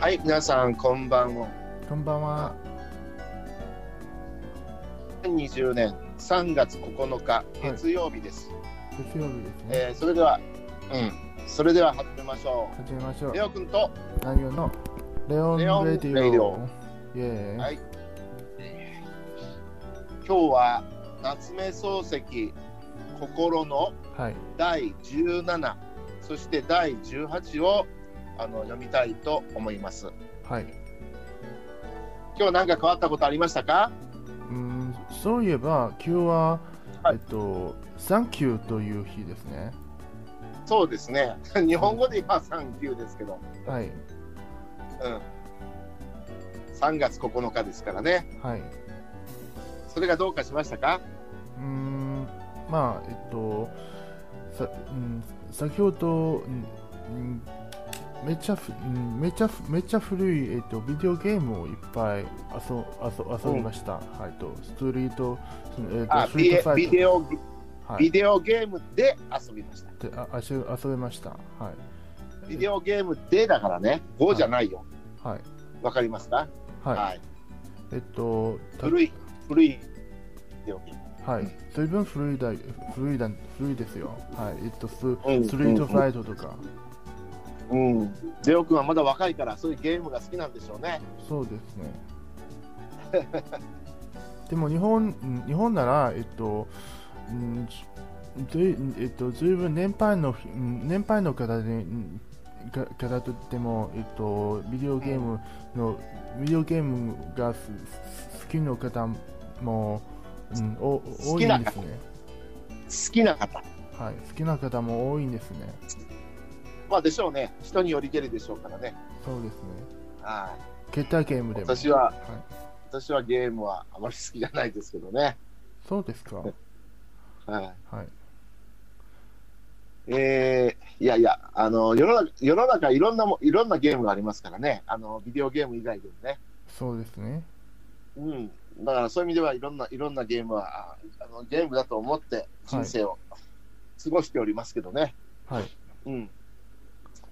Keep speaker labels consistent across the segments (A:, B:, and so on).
A: はい、皆さん、こんばんは。
B: こんばんは。
A: 2020年3月9日、月曜日です。
B: 月曜日ですね。
A: えーそれでは、うん、それでは始めましょ
B: 始めましょう
A: う。レ。オ君と、
B: 内容のレオン
A: レオン
B: レディオ。
A: レディオ
B: イエーイ。
A: はい。今日は夏目漱石心の
B: はい。
A: 第17そして第18をあの読みたいと思います。
B: はい。う
A: 今日何か変わったことありましたか？
B: ーん、そういえば、今日は、
A: はい
B: えっと、サンキューという日ですね。
A: そうですね。 日本語で今三級ですけど、
B: はい。
A: うん。3月9日ですからね。
B: はい。う
A: それがどうかしましたか？
B: ーん、まあ、えっと、さうん、先ほど、うんうんめちゃふうんめちゃふめちゃ古い、えっと、ビデオゲームをいっぱい遊遊遊びました。はいとストリート、そのえっ
A: あ
B: と、スト
A: ビ
B: リー
A: デ
B: トファイ
A: ビ
B: ト
A: デオ
B: はい
A: ビデオゲームで遊びました。
B: であ足遊べました。は
A: ビデオゲームでだからね、5じゃないよ。
B: い。はい。
A: わかりますか？
B: はい。
A: はい。
B: えっと、た
A: 古い古いビデオゲーム。
B: はい。随分古いだい、古いだ、古いですよ。はい。えっと、ス
A: うん
B: ストリートファイトとか、
A: うん、レオ君はまだ若いからそういうゲームが好きなんでしょうね。
B: そうですね。 でも日本、うん日本なら、えっと、うん、じずい、えっと、随分年配の、うん年配の方で、うんか方とでも、えっと、ビデオゲームの、ビデオゲームがすす好きの方も、うん、お多いんですね。
A: 好きな方。
B: はい、好きな方も多いんですね。
A: まあでしょうね。人によりけりでしょうからね。
B: そうですね。
A: はい。
B: 携帯ゲームでも。
A: 私は、
B: はい、
A: 私はゲームはあまり好きじゃないですけどね。
B: そうですか。はい。
A: はい。えー、いやいや、あの、世の中、世の中いろんなも、いろんなゲームがありますからね。あの、ビデオゲーム以外でもね。
B: そうですね。
A: うん。だからそういう意味ではいろんな、いろんなゲームは、ああのゲームだと思って人生を過ごしておりますけどね。
B: はい。
A: うん。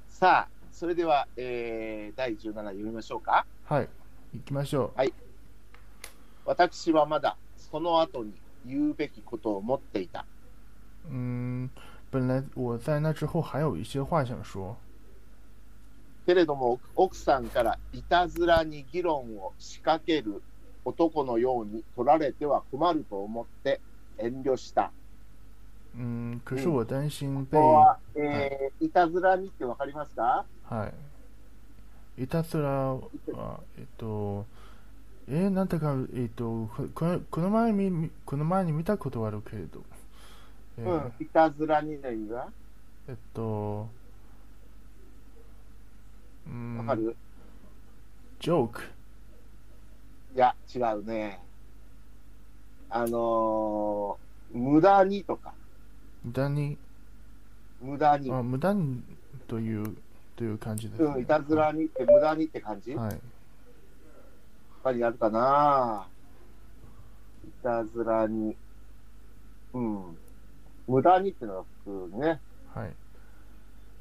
A: さあ、それでは、えー、第17読みましょうか。
B: はい。行きましょう。
A: 私はまだその後に言うべきことを持っていた。
B: 嗯，本来我在那之后还有一些话想说，
A: けれども奥さんからいたずらに議論を仕掛ける男のように取られては困ると思って遠慮した。
B: 嗯，可是我担心被
A: こ、こは、えーいたずらにってわかりますか
B: はい。いたずらは、えっと、えー、なんだか、えっと、ここのこの前見、この前に見たことあるけれど、え
A: う
B: ー
A: ん。いたずらにの意味は
B: えっと、うん、
A: わかる、
B: joke。
A: いや、違うね。あのー無駄にとか、
B: 無駄に、
A: 無駄に、
B: あ無駄にという、という感じです、
A: うん、
B: ね。
A: いたずらにって無駄にって感じ、
B: はい。
A: やっぱりあるかないたずらに。うん。無駄にってのは普通ね。
B: はい。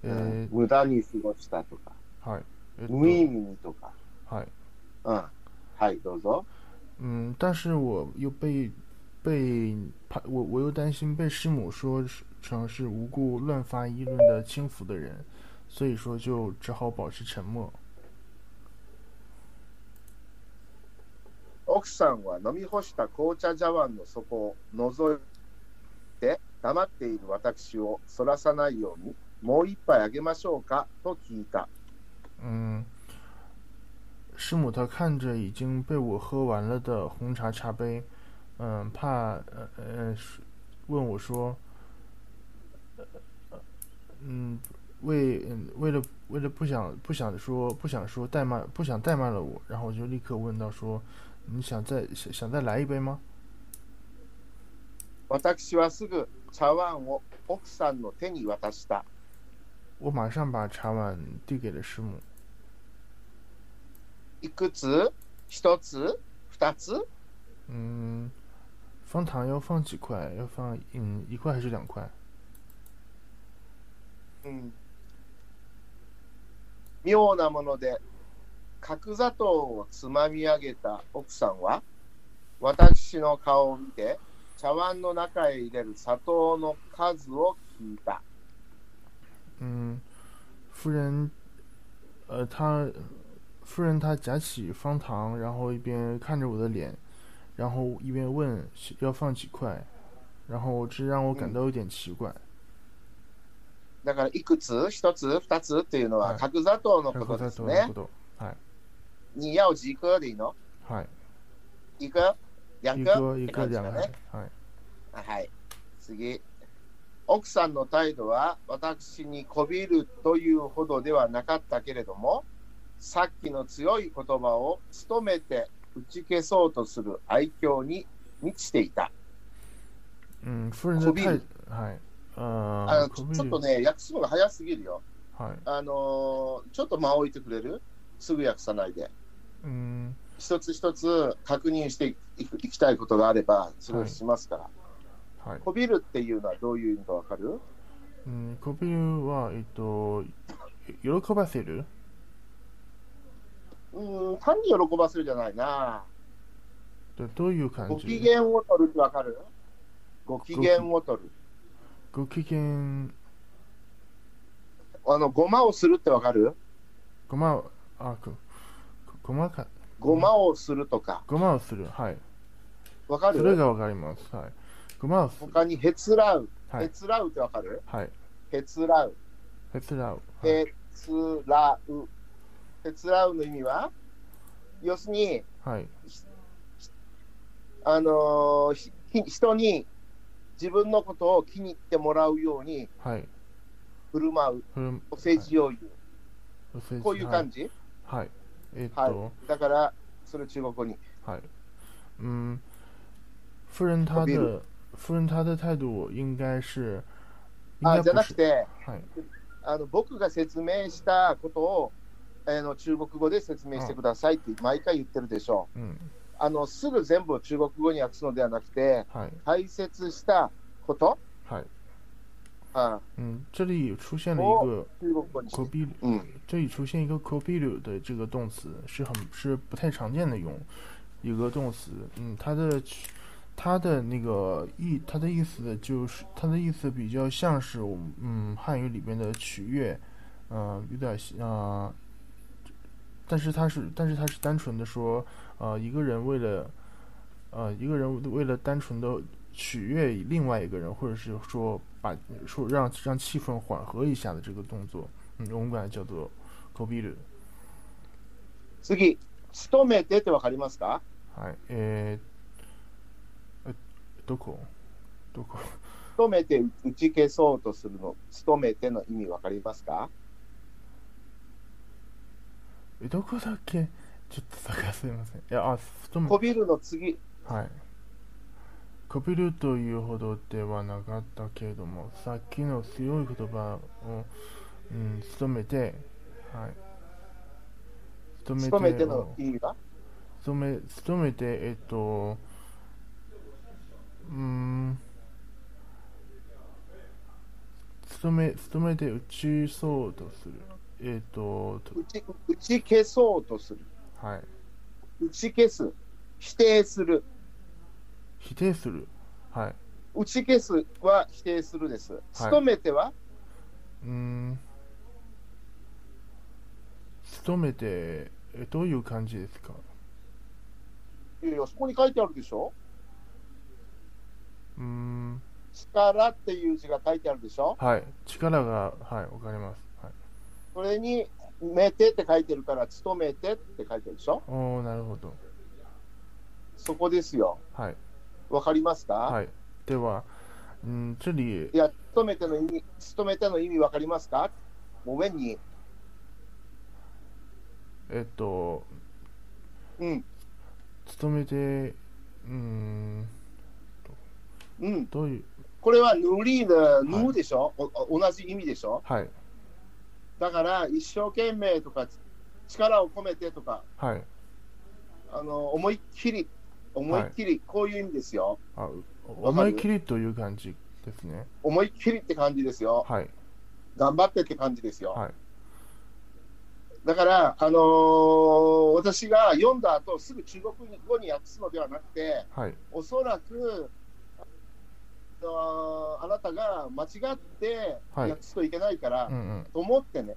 B: え
A: うん
B: ー、
A: 無駄に過ごしたとか、
B: はい。えっと
A: 無意味にとか。
B: はい。
A: うん。はい、どうぞ。
B: 嗯，但是我又被被怕我我又担心被师母说是成是无故乱发议论的轻浮的人，所以说就只好保持沉默。
A: 奥さんは飲み干した紅茶茶碗の底を覗いて、黙っている私をそらさないように、もう一杯あげましょうかと聞いた。
B: 嗯，师母她看着已经被我喝完了的红茶茶杯，嗯，怕呃呃，是问我说，呃嗯，为嗯为了为了不想不想说不想说怠慢不想怠慢了我，然后我就立刻问到说，你想再想想再来一杯吗？
A: 私はすぐ茶碗を奥さんの手に渡した。
B: 我马上把茶碗递给了师母。
A: いくつ一つ二つ
B: 嗯，放糖要放几块？要放嗯一块还是两块？
A: うん、妙なもので角砂糖をつまみ上げた奥さんは私の顔を見て茶碗の中へ入れる砂糖の数を聞いた
B: 嗯，夫人，呃，她夫人她夹起方糖，然后一边看着我的脸，然后一边问是要放几块，然后这让我感
A: 嗯
B: 到有点奇怪。
A: だからいくつ一つ二つっていうの
B: は
A: はい角砂糖の
B: 然
A: こ
B: 后
A: と
B: 再
A: です
B: 多一
A: ね
B: 个豆
A: にやおじいくでいいの
B: 嗨，
A: いくやく
B: 一个一
A: って
B: 个
A: 感じ
B: 两
A: だ
B: 个
A: ね
B: 嗨，
A: はい次奥さんの態度は私にこびるというほどではなかったけれどもさっきの強い言葉を努めて打ち消そうとする愛嬌に満ちていた
B: 嗯，夫人
A: こ
B: 的
A: び
B: 态
A: る
B: 嗨，
A: あの
B: 呃，
A: ちょ
B: こび
A: ちょっと
B: る
A: ね訳すのが早すぎるよ
B: 嗨，
A: あのーちょっと間を置いてくれるすぐ訳さないで
B: 嗯
A: 一つ一つ確認していくいきたいことがあればそれをしますから、
B: 嗨。
A: こびるっていうのはどういう意味かわかる
B: うん、こびるは、えっと、喜ばせる
A: うーん単に喜ばせるじゃないな
B: どどういう感じ
A: ご機嫌を取るってわかるご機嫌を取る。
B: ご機嫌、
A: あの、ごまをするってわかる
B: ごまを、あ、ご、ごまか、
A: ごまをするとか。
B: ごまをする。はい。
A: わか
B: それ
A: る
B: がわかります。はい。ごまをする。
A: 他にへつらう。
B: は
A: へ
B: い。
A: つらうってわかる
B: はい。
A: へつらう。
B: へつらう。はい。
A: へつらう。へつらうの意味は要するに、
B: はい。
A: あのーひひ人に自分のことを気に入ってもらうように
B: はい。
A: 振る舞う。
B: これ、
A: お世辞を言う。
B: お世辞
A: こういう感じ、
B: はい。はい。えっと、
A: はいだから、それ中国語に。
B: はい。嗯，夫人她
A: こび
B: 的
A: る
B: 夫人她的态度应该是，应
A: あ、
B: 该
A: じゃ
B: 不
A: なく
B: 是。
A: て、
B: はい。
A: あの僕が説明したことを、あの中国語で説明してくださいって毎回言ってるでしょ
B: うん。
A: う。あのすぐ全部を中国語に訳すのではなくて、
B: はい。
A: 解説したこと、
B: はい。
A: あ
B: 嗯，这里出现了
A: 哦
B: 一个
A: 中国語にし
B: “co
A: て。
B: b i
A: うん、
B: 这里出现一个 “co b i 的这个动词，是很是不太常见的用一个动词。嗯，它的去它的那个意，它的意思就是它的意思比较像是我们嗯汉语里边的取悦，嗯、有点像、呃，但是它是但是它是单纯的说，呃，一个人为了呃一个人为了单纯的取悦另外一个人，或者是说把说让让气氛缓和一下的这个动作，嗯，我们管它叫做 “co b i
A: 次、勤めてって分かりますか
B: はい、えー、えどこどこ
A: 勤めて打ち消そうとするの、勤めての意味分かりますか
B: えどこだっけちょっと探せません。いや、あ、太も
A: こびるの次、
B: はい。こびるというほどではなかったけれども、さっきの強い言葉を、うん、努めて、はい。努
A: 勤めての
B: を
A: 意味は
B: 努め努めてえっとうーん努め努めて打ちそうとするえっとと
A: 打ち打ち消そうとする。
B: はい
A: 打ち消す。否定する。
B: 否定するはい
A: 打ち消すは否定するです。勤めては
B: うーん努めてえどういう感じですか
A: いやいや、そこに書いてあるでしょ
B: うーん
A: 力っていう字が書いてあるでしょ
B: はい力がはいわかりますはい
A: それに、めてって書いてるから、勤めてって書いてるでしょ
B: おおなるほど
A: そこですよ。
B: はい
A: わかりますか、
B: はいではうん这里
A: い、や、勤めての意味、勤めての意味わかりますかもめに、
B: えっと
A: うん、
B: 勤めて、うーん、
A: うん。
B: どういう、
A: これは、ぬりーぬ、ぬでしょ、おお同じ意味でしょ
B: はい、
A: だから、一生懸命とか、力を込めてとか、
B: はい、
A: あの思いっきり思いっきり、こういう意味ですよ。
B: あ思い切りという感じですね。
A: 思いっきりって感じですよ。
B: はい。
A: 頑張ってって感じですよ。
B: はい
A: だから、あのー私が読んだ後、すぐ中国語に訳すのではなくて、
B: はい。
A: おそらく、あのーあなたが間違って
B: はい
A: 訳すといけないから、
B: うんうん。
A: と思ってね、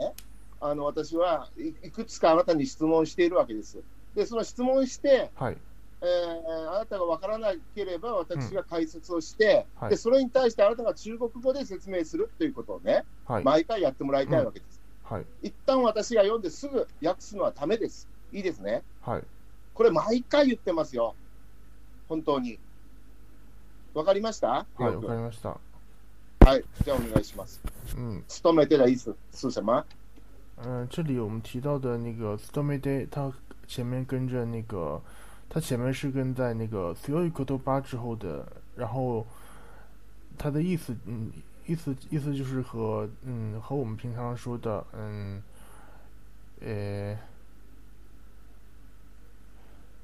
A: あの私はいいくつかあなたに質問しているわけです。で、その質問して、
B: はい。
A: えーあなたがわからなければ私が解説をして、
B: はい
A: で、それに対してあなたが中国語で説明するということをね、
B: はい。
A: 毎回やってもらいたいわけです。
B: はい。
A: 一旦私が読んですぐ訳すのはダメです。いいですね。
B: はい。
A: これ毎回言ってますよ。本当に。わかりました
B: はい。
A: よ
B: わ
A: く
B: かりました。
A: はい。じゃあお願いします。
B: 嗯。
A: 勤めて的意思是什么？
B: 嗯，这里我们提到的那个 stormy day，它前面跟着那个，它前面是跟在那个 s u y k o t o b a 之后的，然后它的意思，嗯，意思意思就是和嗯和我们平常说的嗯，呃，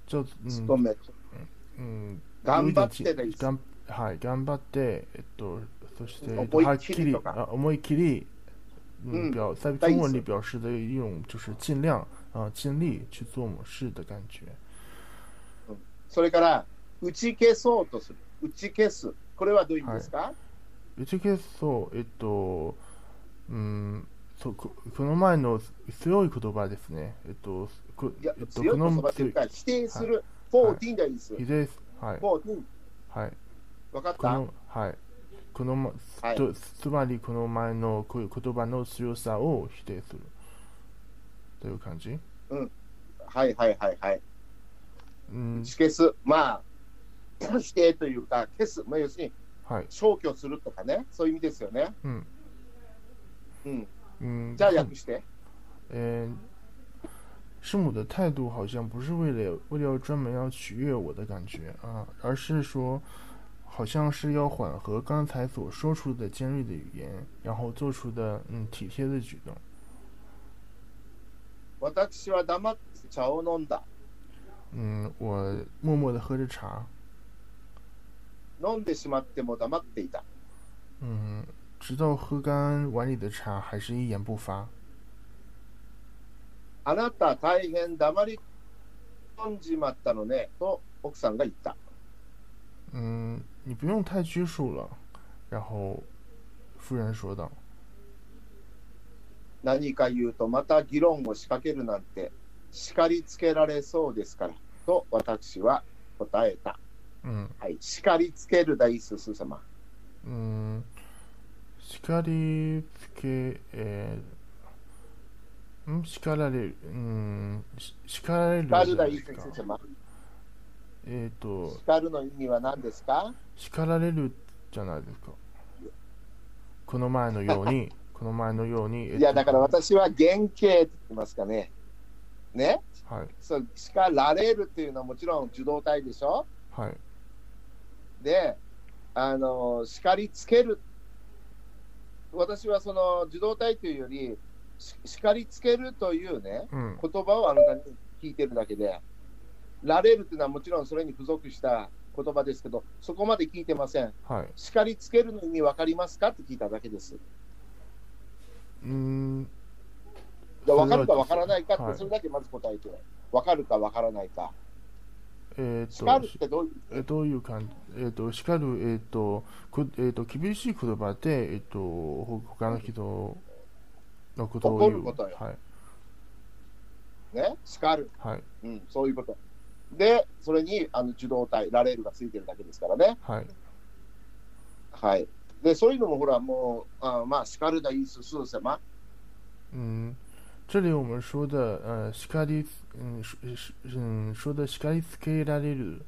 B: 叫嗯
A: 勤めて。
B: 嗯，有
A: 頑
B: 一
A: 張
B: 点
A: っ
B: 近
A: て的意思。
B: 頑はい頑張ってえっとそして
A: 嗯
B: えっと
A: 思い
B: はっ
A: 切
B: き
A: り
B: り
A: とか
B: 啊思い切り嗯
A: 嗯
B: 表在
A: 在意
B: 中文
A: 思
B: 里表示的一种就是尽量啊尽力去做某事的感觉。
A: それから打ち消そうとする。打ち消す。これはどういう意味ですか？
B: うちけそうえっとうんそうここの前の強い言葉ですねえっとこ
A: い、や
B: えっと
A: 強い
B: こ
A: 言
B: の
A: 葉というか否定する。フォーティンでいいです。
B: ひですはい
A: フォーティン。
B: はい
A: わかっ
B: こ
A: た？
B: のはいこのま
A: はい
B: とつまりこの前のこういう言葉の強さを否定するという感じ。
A: はいはいはいはい。
B: うん
A: 打ち消す。まあ否定というか消す。まあ要するに
B: はい。
A: 消去するとかね。そういう意味ですよね。
B: うん。
A: うん。
B: 嗯，
A: じゃあ
B: 但
A: 訳して。
B: 呃，师母的态度好像不是为了为了专门要取悦我的感觉啊，而是说，好像是要缓和刚才所说出的尖锐的语言，然后做出的嗯体贴的举动。
A: 私は黙って茶を飲んだ。
B: 嗯，我默默的喝着茶，
A: 飲んでしまっても黙っていた。
B: 嗯，直到喝干碗里的茶，还是一言不发。
A: あなた大変黙り込んじまったのね。と奥さんが言った。
B: 嗯，你不用太拘束了。然后，夫人说道。
A: 何か言うとまた議論を仕掛けるなんて叱りつけられそうですからと私は答えた。
B: 嗯。
A: はい、叱りつける大スス様。
B: 嗯，叱りつけ、えー、ん叱られる、うん、し叱られるじ
A: 叱る
B: ゃな
A: 大
B: いで
A: ス
B: す
A: ス
B: か。
A: 様。
B: えっ、と、
A: 叱るの意味は何ですか
B: 叱られるじゃないですか。この前のよう に、この前のように、えっと
A: いやだから私は原型って言ってますかね。ね
B: はい、
A: そう叱られるっていうのはもちろん受動体でしょ
B: はい、
A: で、あの叱りつける私はその受動体というよりし叱りつけるというね、
B: うん、
A: 言葉をあなたに聞いてるだけで、られるっていうのはもちろんそれに付属した言葉ですけど、そこまで聞いてません。
B: はい。
A: 叱りつけるの意味分かりますかって聞いただけです。
B: うん、
A: で分かるか分からないか
B: は
A: っ
B: い
A: て、それだけまず答えて、分かるか分からないか。
B: えっ、
A: 叱る
B: と
A: っ、てどういう
B: えどういう感じ、えっ、と、叱る、えっ、と、こえっ、と、厳しい言葉で、えっ、と、ほ他の人のことを言う。
A: 怒ることよ
B: はい、
A: ね、叱る、
B: はい、
A: うん、そういうこと。で、それにあの受動体、られるがついてるだけですからね。
B: はい。
A: はい。で、そういうのもほら、もう、あまあ、叱るだいいす、すうせま。
B: 嗯，这里我们说的呃，しかり，嗯，是是嗯，说的しかりつけられる，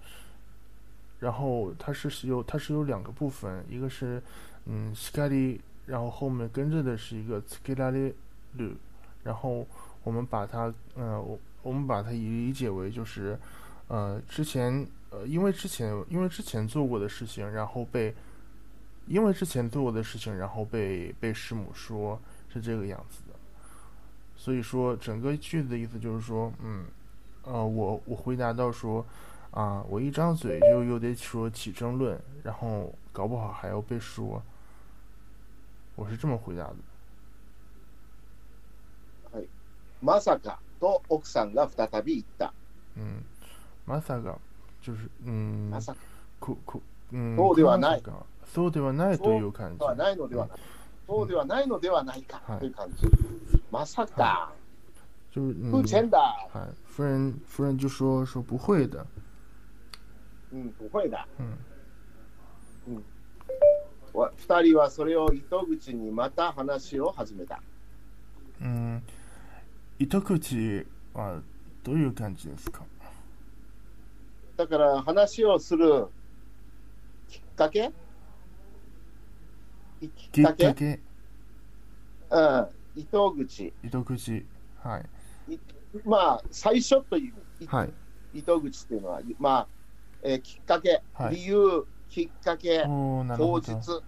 B: 然后它是是有它是有两个部分，一个是嗯しかり，然后后面跟着的是一个つけられる，然后我们把它呃我我们把它理解为就是呃之前呃因为之前因为之前做过的事情，然后被因为之前做过的事情，然后被被师母说是这个样子的。所以说，整个句子的意思就是说，嗯，呃，我我回答到说，啊、啊，我一张嘴就又得说起争论，然后搞不好还要被说。我是这么回答的。
A: まさかと奥さんが再び言った。
B: 嗯，まさか就是嗯
A: ま、さか
B: ここうん、
A: そうではない
B: この中そうではないという感じ
A: で。はないのではない。そうではないのではないか
B: はい
A: という感じ。まさか、
B: 就是
A: 不
B: 嗯，
A: 欠だ。
B: 哎，夫人夫人就说说不会的，
A: うん、不会だ。
B: 嗯
A: うんわ二人はそれを糸口にまた話を始めた。
B: 嗯，糸口はどういう感じですか？
A: だから話をするきっかけき
B: き
A: っ
B: っ
A: かけ
B: かけ
A: うん、糸口。
B: 糸口はい
A: まあ、最初という意味、
B: はい
A: 糸口っていうのは、まあ、えーきっかけ、
B: はい
A: 理由、きっかけ、
B: おーなる
A: 当
B: ほ
A: 日
B: ど、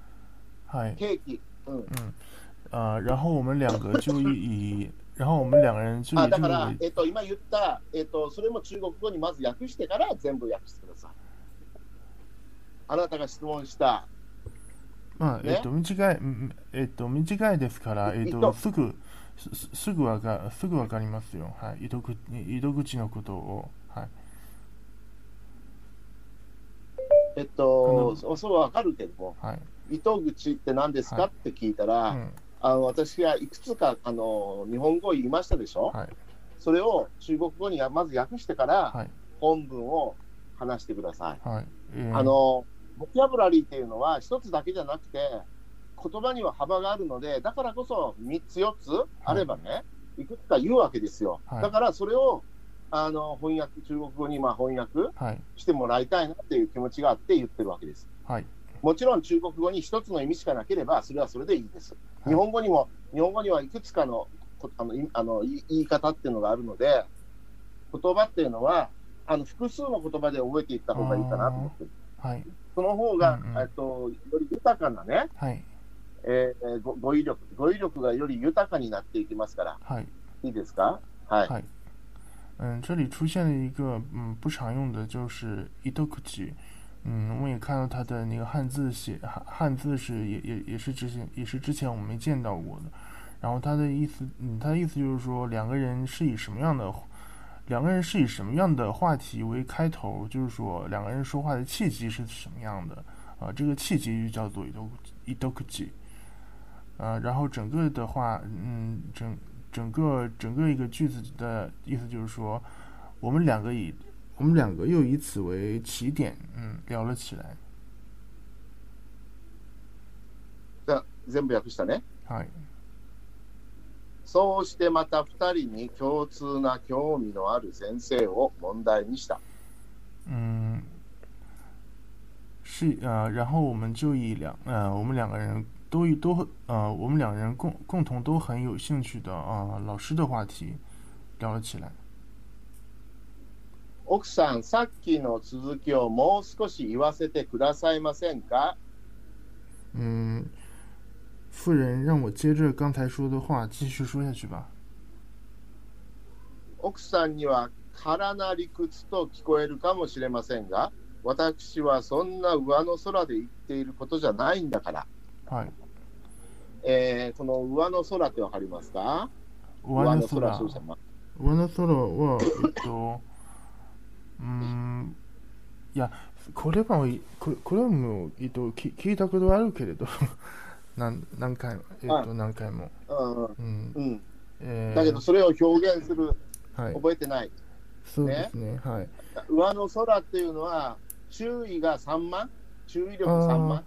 B: はい
A: ケーキ。うん、
B: 嗯啊、然后我们两个就以以然后我们两个人就以
A: あ
B: 这
A: だか
B: 个
A: ら
B: 为、
A: えっと今言った、えっと、それも中国語にまず訳してから全部訳してください。あなたが質問した、
B: まあえっと短いうんえっと短いですからえっと
A: 糸
B: すぐすすすぐわかすぐわかりますよはい糸口糸口のことをはい
A: えっ
B: う
A: と、
B: ん
A: そそうわかるけども、
B: はい
A: 糸口って何ですか、
B: はい
A: って聞いたら、
B: うん
A: あの私がいくつかあの日本語を言いましたでしょ、
B: はい
A: それを中国語にまず訳してから、
B: はい
A: 本文を話してください。
B: はいえー
A: あのボキャブラリーっていうのは一つだけじゃなくて言葉には幅があるのでだからこそ3つ4つあればね、い、くつか言うわけですよ、
B: はい
A: だからそれをあの翻訳中国語にまあ翻訳
B: はい
A: してもらいたいなっていう気持ちがあって言ってるわけです
B: はい
A: もちろん中国語に一つの意味しかなければそれはそれでいいです、
B: い
A: 日本語にも日本語にはいくつかのこあのいあのい言い方っていうのがあるので言葉っていうのはあの複数の言葉で覚えていった方がいいかなと思ってる
B: はい
A: その方が、
B: うんうん
A: えっとより豊かなね、
B: はい
A: えーご語彙力、語彙力がより豊かになっていきますから、
B: はい
A: いいですかはい。
B: はい嗯，这里出现了一个嗯不常用的，就是伊豆口吉。嗯，我们也看到它的那个汉字写汉汉字是也也也是之前也是之前我们没见到过的。然后它的意思，嗯，它的意思就是说两个人是以什么样的两个人是以什么样的话题为开头，就是说两个人说话的契机是什么样的啊、这个契机就叫做伊豆伊豆口吉。啊，然后整个的话，嗯，整整个整个一个句子的意思就是说，我们两个以我们两个又以此为起点，嗯，聊了起来。
A: じゃあ全部訳したね。
B: はい。
A: そうしてまた2人に共通な興味のある先生を問題にした。
B: 嗯，是呃，然后我们就以两呃，我们两个人都以都呃，我们两人共共同都很有兴趣的啊、呃老师的话题聊了起来。
A: 奥さん、さっきの続きをもう少し言わせてくださいませんか
B: 嗯，夫人让我接着刚才说的话继续说下去吧。
A: 奥さんには空な理屈と聞こえるかもしれませんが、私はそんな上の空で言っていることじゃないんだから。
B: はい。
A: えーこの上の空ってわかりますか
B: 我安的苏
A: 空
B: 拉。
A: そうじゃん
B: ワナソロは、えっと、うーん、いや、これは、これこれはもう、えっと、き聞いたことはあるけれど、 なん何回も、えっ
A: は
B: と、何回も。
A: うん
B: うん
A: うん、
B: えー
A: だけどそれを表現する
B: はい、
A: 覚えてない、
B: そうですね、はい。
A: 上の空っていうのは注意が散漫注意力散
B: あー
A: 漫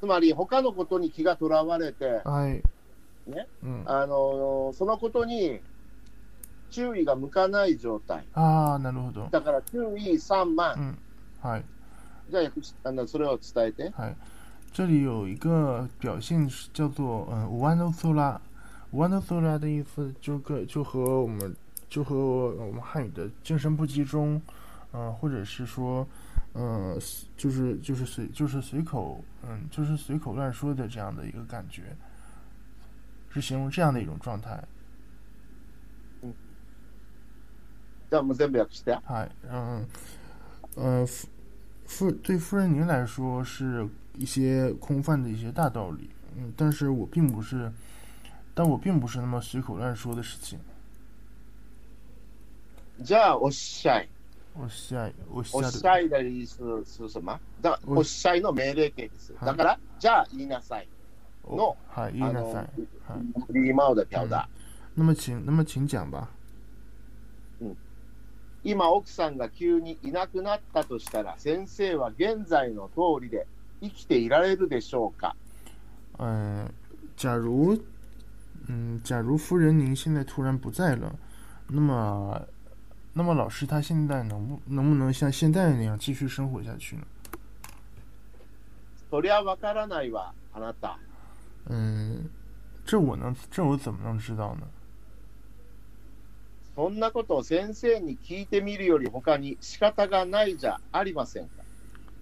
A: つまり他のことに気がとらわれて
B: はい。
A: ね
B: うん、あ
A: あのーそのことに注意が向かない状態
B: あー、なるほど。
A: だから注意散漫
B: うん、はい。
A: じゃあ訳しあのそれを伝えて
B: 这里有一个表现是叫做嗯“ワノソラ”，“ワノソラ”的意思就跟就和我们就和我们汉语的精神不集中，嗯、或者是说，呃，就是就是随就是随口嗯就是随口乱说的这样的一个感觉，是形容这样的一种状态。
A: じゃあもう全部訳して
B: はい、うん、嗯呃，夫夫对夫人您来说是一些空泛的一些大道理，嗯，但是我并不是，但我并不是那么随口乱说的事情。
A: じゃあ、おっしゃい。
B: おっしゃい、おっし
A: おっ
B: ゃ
A: し
B: る。
A: ゃいだりするするするまだ
B: お
A: おっしゃいの命令形です。
B: は
A: だ
B: い
A: から、じゃあ言いなさい。
B: お
A: の
B: はい、言いなさい。はい。
A: リーマウダピャウダ。
B: 那么请，那么请讲吧。
A: 今、奥さんが急にいなくなったとしたら、先生は現在の通りで生きていられるでしょうか
B: 嗯，假如，嗯，假如夫人您现在突然不在了，那么，那么老师他现在能不能不能像现在那样继续生活下去呢？
A: そりゃわからないわ、あなた。
B: 嗯，这我能，这我怎么能知道呢？
A: そんなことを先生に聞いてみるより他に仕方がないじゃありませんか。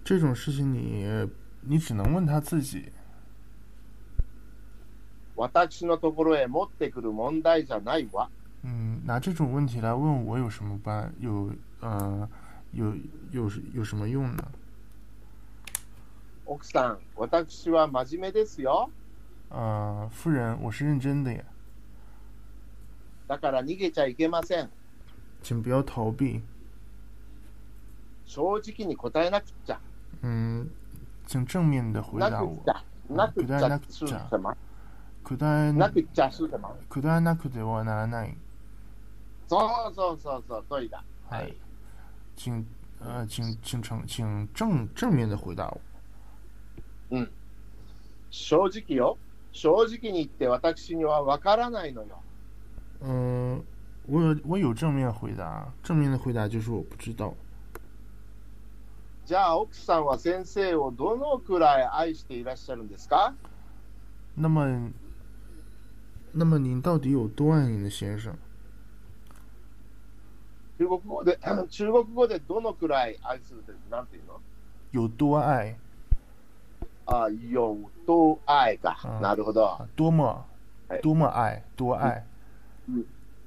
B: 这种事情你你只能问他自己。
A: 私のところへ持ってくる問題じゃないわ。
B: 嗯，拿这种问题来问我有什么办？有呃，有有有什么用呢？
A: 奥さん、私は真面目ですよ。
B: 呃，夫人，我是认真的呀，
A: だから逃げちゃいけません。
B: 请不要逃避。
A: 正直に答えなくっちゃ。
B: 嗯，请正面的回
A: な
B: 答
A: くっ
B: 我
A: ち。ゃ。なくっち
B: 答えな
A: ゃ
B: くっ。
A: す
B: ち
A: ー
B: ゃ
A: てま
B: くだえ
A: なくっちゃ、すーてま。
B: くだえなくてはならない。
A: そうそうそうそう、トイだ。
B: はい。请呃，请请正请正正面的回答我。
A: 正直よ。正直に言って私にはわからないのよ。
B: 嗯、我有我有正面回答，正面的回答就是我不知道。
A: じゃあ奥さんは先生をどのくらい愛していらっしゃるんですか
B: 那么，那么您到底有多爱您的先生？
A: 中国語で、 中国語でどのくらい愛するってなんていうの
B: 有多爱
A: あ、よと愛か
B: う。ん
A: なるほど。
B: 啊？多么
A: 哎，
B: 多么爱，多爱。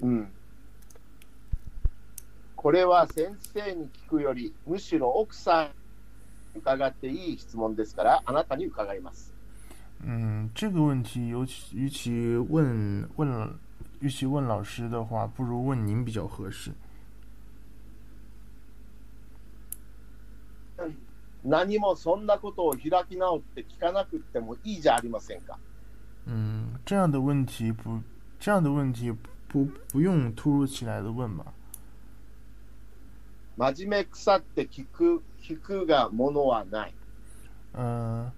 A: うん。これは先生に聞くより、むしろ奥さんに伺っていい質問ですから、あなたに伺います。
B: 嗯，这个问题尤其与其问问了，与其问老师的话，不如问您比较合适。
A: 何もそんなことを開き直って聞かなくってもいいじゃありませんか。
B: 嗯，这样的问题不，这样的问题不不用突如其来的问吧？
A: 真面目腐って聞く、聞くがものはない。
B: 嗯、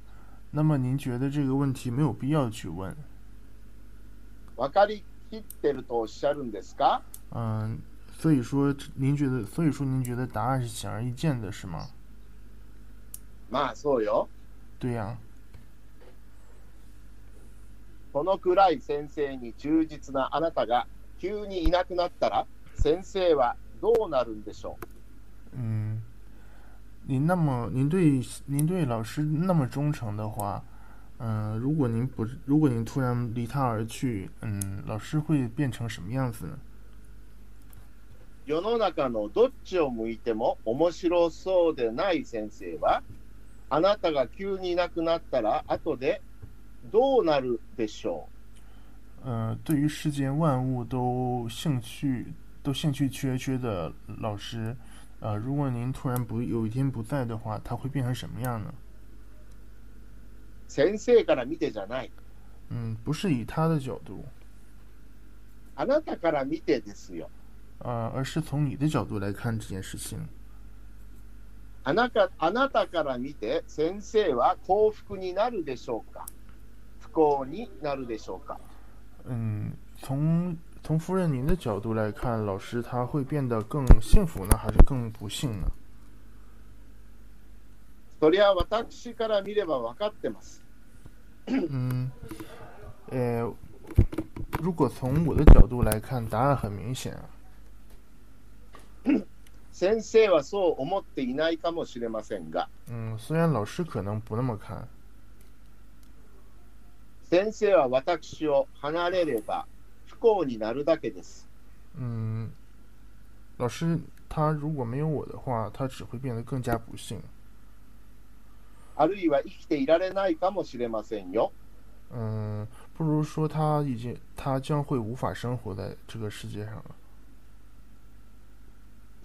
B: 那么您觉得这个问题没有必要去问？
A: 分かりきってるとおっしゃるんですか
B: 嗯、所以说您觉得，所以说您觉得答案是显而易见的，是吗？
A: まあそうよ。
B: 对呀、
A: このくらい先生に忠実なあなたが急にいなくなったら、先生はどうなるんでしょう
B: 嗯，您那么您对您对老师那么忠诚的话，嗯、如果您不如果您突然离他而去，嗯，老师会变成什么样子呢？
A: 世の中のどっちを向いても面白そうでない先生はあなたが急にいなくなったら後でどうなるでしょ
B: 呃，对于世间万物都兴趣都兴趣缺缺的老师，呃，如果您突然不有一天不在的话，他会变成什么样呢？
A: う先生から見てじゃない
B: 嗯，不是以他的角度，
A: あなたから見てですよ
B: 呃，而是从你的角度来看这件事情。
A: あなたあなたから見て先生は幸福になるでしょうか不幸になるでしょうか
B: 嗯，从从夫人您的角度来看，老师他会变得更幸福呢，还是更不幸呢？
A: そりゃ私から見れば分かってます
B: 嗯，呃，如果从我的角度来看，答案很明显啊。
A: 先生はそう思っていないかもしれませんが
B: 嗯，虽然老师可能不那么看，
A: 先生は私を離れれば不幸になるだけです。
B: 嗯，老师他如果没有我的话，他只会变得更加不幸。
A: あるいは生きていられないかもしれませんよ。
B: 嗯，不如说他已经他将会无法生活在这个世界上了。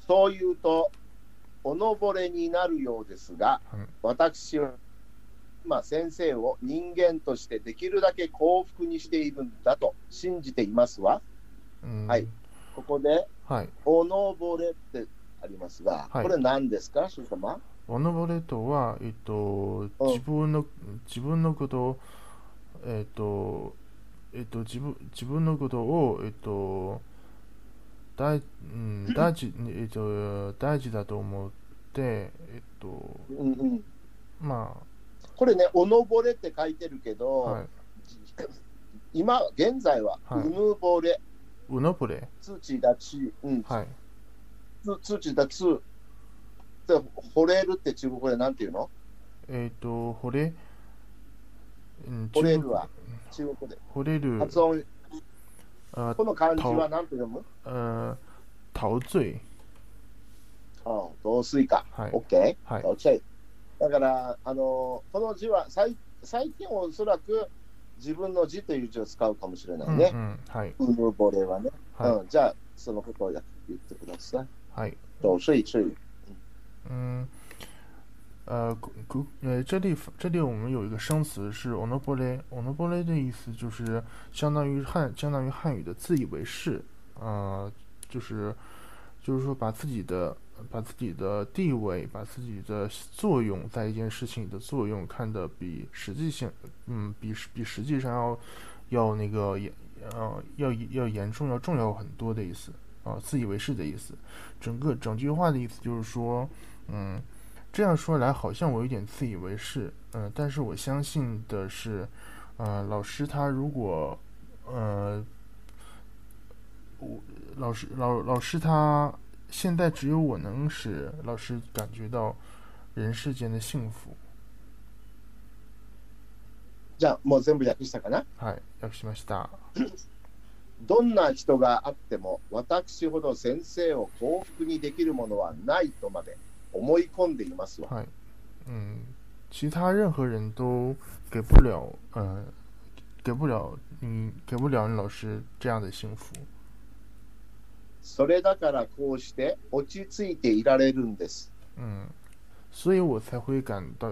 A: そう言うと、おのぼれになるようですが
B: うん、
A: 私は今、先生を人間としてできるだけ幸福にしているんだと信じていますわ。
B: 嗯，
A: 嗨ここで、
B: 嗨，
A: おのぼれってありますが、
B: はい
A: これ何ですか、シュー様
B: オノボレとはえっと
A: うん
B: 自分の自分のことをえっとえっと自分自分のことをえっと大うん大事えっと大事だと思ってえっと
A: うんうん、
B: ま
A: これね、おのぼれって書いてるけど、
B: あはい
A: 今、現在は、
B: はいう
A: ぬぼれ、
B: オノボレ
A: 土だち、うん、
B: はい
A: つ土だつ、で惚れるって中国語でなんて言うの
B: えっと惚れうん
A: 惚れるは中国語で。
B: 惚れる
A: 発音、
B: あ
A: この漢字は何て読む
B: 呃陶醉
A: ああ、同水か。
B: はい
A: OK?
B: はい
A: OK。だから、あの、この字は最最近おそらく自分の字という字を使うかもしれな
B: う
A: い
B: んう
A: ね。
B: んはい
A: うん、うぬぼれはね、
B: は
A: うん。じゃあ、そのことを言ってください。
B: いはい。
A: 同水、水。
B: 嗯，呃，古古呃，这里这里我们有一个生词是 “onobole”。onobole 的意思就是相当于汉相当于汉语的自以为是，呃，就是就是说把自己的把自己的地位、把自己的作用在一件事情里的作用看得比实际性，嗯，比实比实际上要要那个严呃要要严重要重要很多的意思啊、自以为是的意思。整个整句话的意思就是说。嗯，这样说来好像我有点自以为是，嗯、但是我相信的是，呃，老师他如果，呃，我老师老老师他现在只有我能使老师感觉到人世间的幸福。
A: じゃあ、もう全部訳したかな
B: はい、訳しました。
A: どんな人があっても、私ほど先生を幸福にできるものはないとまで思い込んでいますわ。
B: はい、嗯，其他任何人都给不了，呃，给不了你，给不了你老师这样的幸福。
A: それだからこうして落ち着いていられるんです。
B: 嗯，所以我才会感到，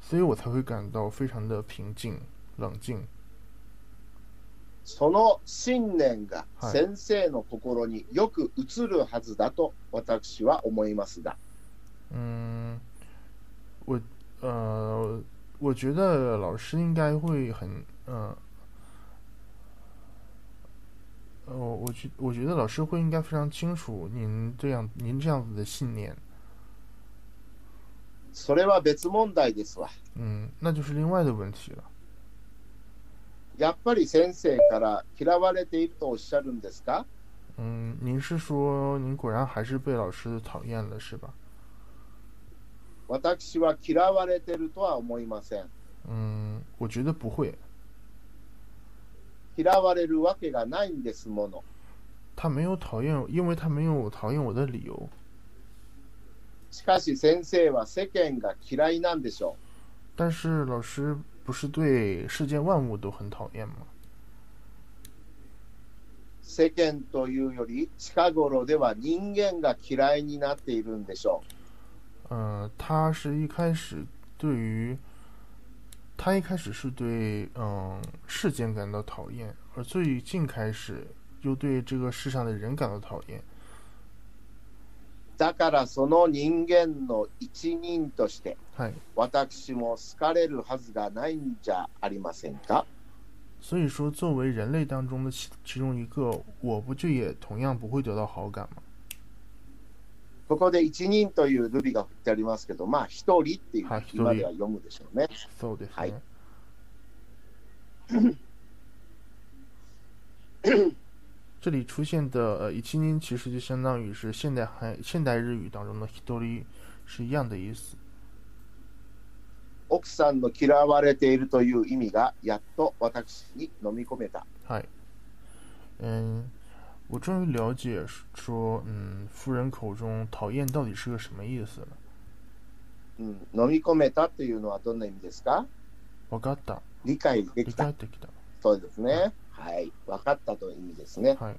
B: 所以我才会感到非常的平静、冷静。
A: その信念が
B: はい
A: 先生の心によく映るはずだと私は思いますが、
B: 嗯，我呃，我觉得老师应该会很呃，呃，我觉我觉得老师会应该非常清楚您这样您这样子的信念。
A: それは別問題ですわ。
B: 嗯，那就是另外的问题了。
A: やっぱり先生から嫌われているとおっしゃるんですか
B: 嗯，您是说您果然还是被老师讨厌了是吧？
A: 私は嫌われているとは思いません。
B: 嗯，我觉得不会。
A: 嫌われるわけがないんですもの。
B: 他没有讨厌，因为他没有讨厌我的理由。
A: しかし先生は世間が嫌いなんでしょ
B: 但是老师不是对世间万物都很讨厌吗？
A: う。世間というより近頃では人間が嫌いになっているんでしょう。
B: 呃，他是一开始对于，他一开始是对嗯世间感到讨厌，而最近开始又对这个世上的人感到讨厌。
A: だからその人間の一人として
B: 嗨，
A: 私も好かれるはずがないんじゃありませんか
B: 所以说作为人类当中的其其中一个，我不就也同样不会得到好感吗？
A: ここで一人というルビが振ってありますけど、まあ一人っていう
B: はい一人
A: 今では読むでしょうね。
B: そうです
A: はい
B: ね。 这里出现的呃一七年其实就相当于是现代韩现代日语当中的 hitori 是一样的意思。
A: 奥さんの嫌われているという意味がやっと私に飲み込めた。
B: 嗨，嗯，我终于了解说，嗯，富人口中讨厌到底是个什么意思了。
A: うん、飲み込めたというのはどんな意味ですか
B: わかった。
A: 理解で
B: 理
A: きた。
B: 解できた。
A: そうですね。はい。分かったという意味ですね。
B: はい。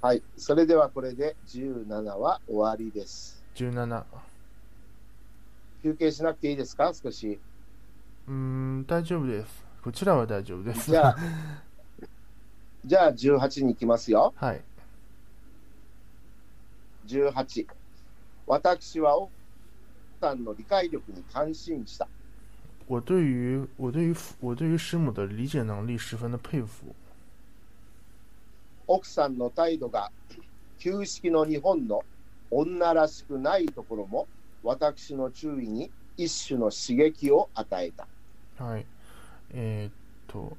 A: はい。それではこれで17は終わりです。
B: 17。
A: 休憩しなくていいですか少し。
B: うーん、嗯大丈夫です。こちらは大丈夫です。
A: じゃあ、じゃあ18に行きますよ。
B: はい。
A: 18。私は奥さんの理解力に感心した。
B: 我对于我对于我对于师母的理解能力十分的佩服。
A: 奥さんの態度が旧式の日本の女らしくないところも私の注意に一種の刺激を与えた。
B: はい。えーっと，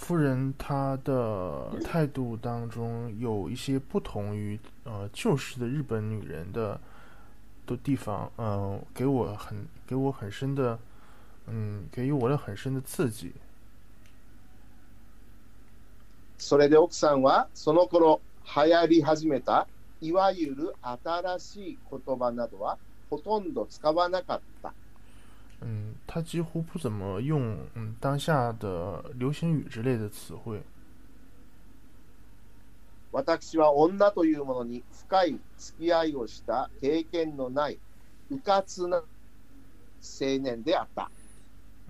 B: 夫人她的态度当中有一些不同于呃旧式的日本女人的的地方，呃，给我很给我很深的，嗯，给予我了很深的刺激。
A: それで奥さんはその頃流行り始めたいわゆる新しい言葉などはほとんど使わなかった。
B: 嗯，她几乎不怎么用嗯当下的流行语之类的词汇。
A: 私は女というものに深い付き合いをした経験のないうかつな青年であった。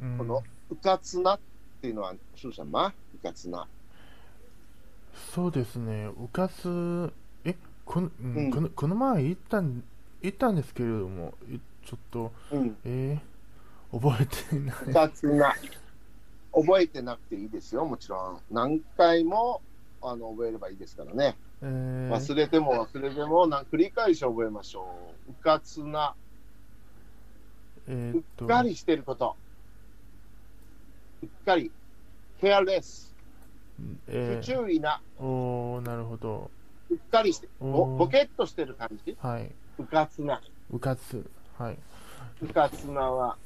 B: 嗯，
A: このうかつなっていうのは、シュウさんまうかつな。
B: そうですね、うかす、えこの,、うん
A: うん
B: このこの前行ったん行ったんですけれども、えちょっと、
A: うん、
B: えー、覚えてない。
A: うかつな。覚えてなくていいですよ、もちろん。何回もあの覚えればいいですからね。
B: えー
A: 忘れても忘れても、なん繰り返し覚えましょう。うかつな。
B: えー
A: う
B: っ
A: っ
B: と、
A: かりしてること。うっかり。ケアレス。不
B: えー
A: 注意な。
B: おー、なるほど。
A: うっかりして、ぼ
B: おー
A: ぼけっとしてる感じ。
B: はい、
A: うかつな。
B: うかつ。はい。
A: うかつなは。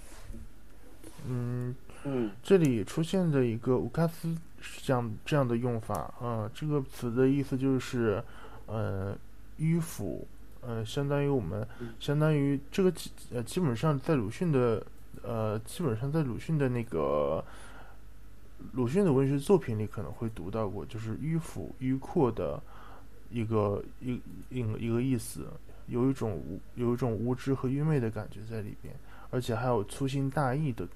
B: 嗯，
A: うん。
B: 这里出现的一个“乌卡斯”是这样这样的用法，呃，这个词的意思就是，呃，迂腐，呃，相当于我们
A: 嗯，
B: 相当于这个基呃，基本上在鲁迅的，呃，基本上在鲁迅的那个鲁迅的文学作品里可能会读到过，就是迂腐、迂阔的一个一一个一个意思，有一种无有一种无知和愚昧的感觉在里边，而且还有粗心大意的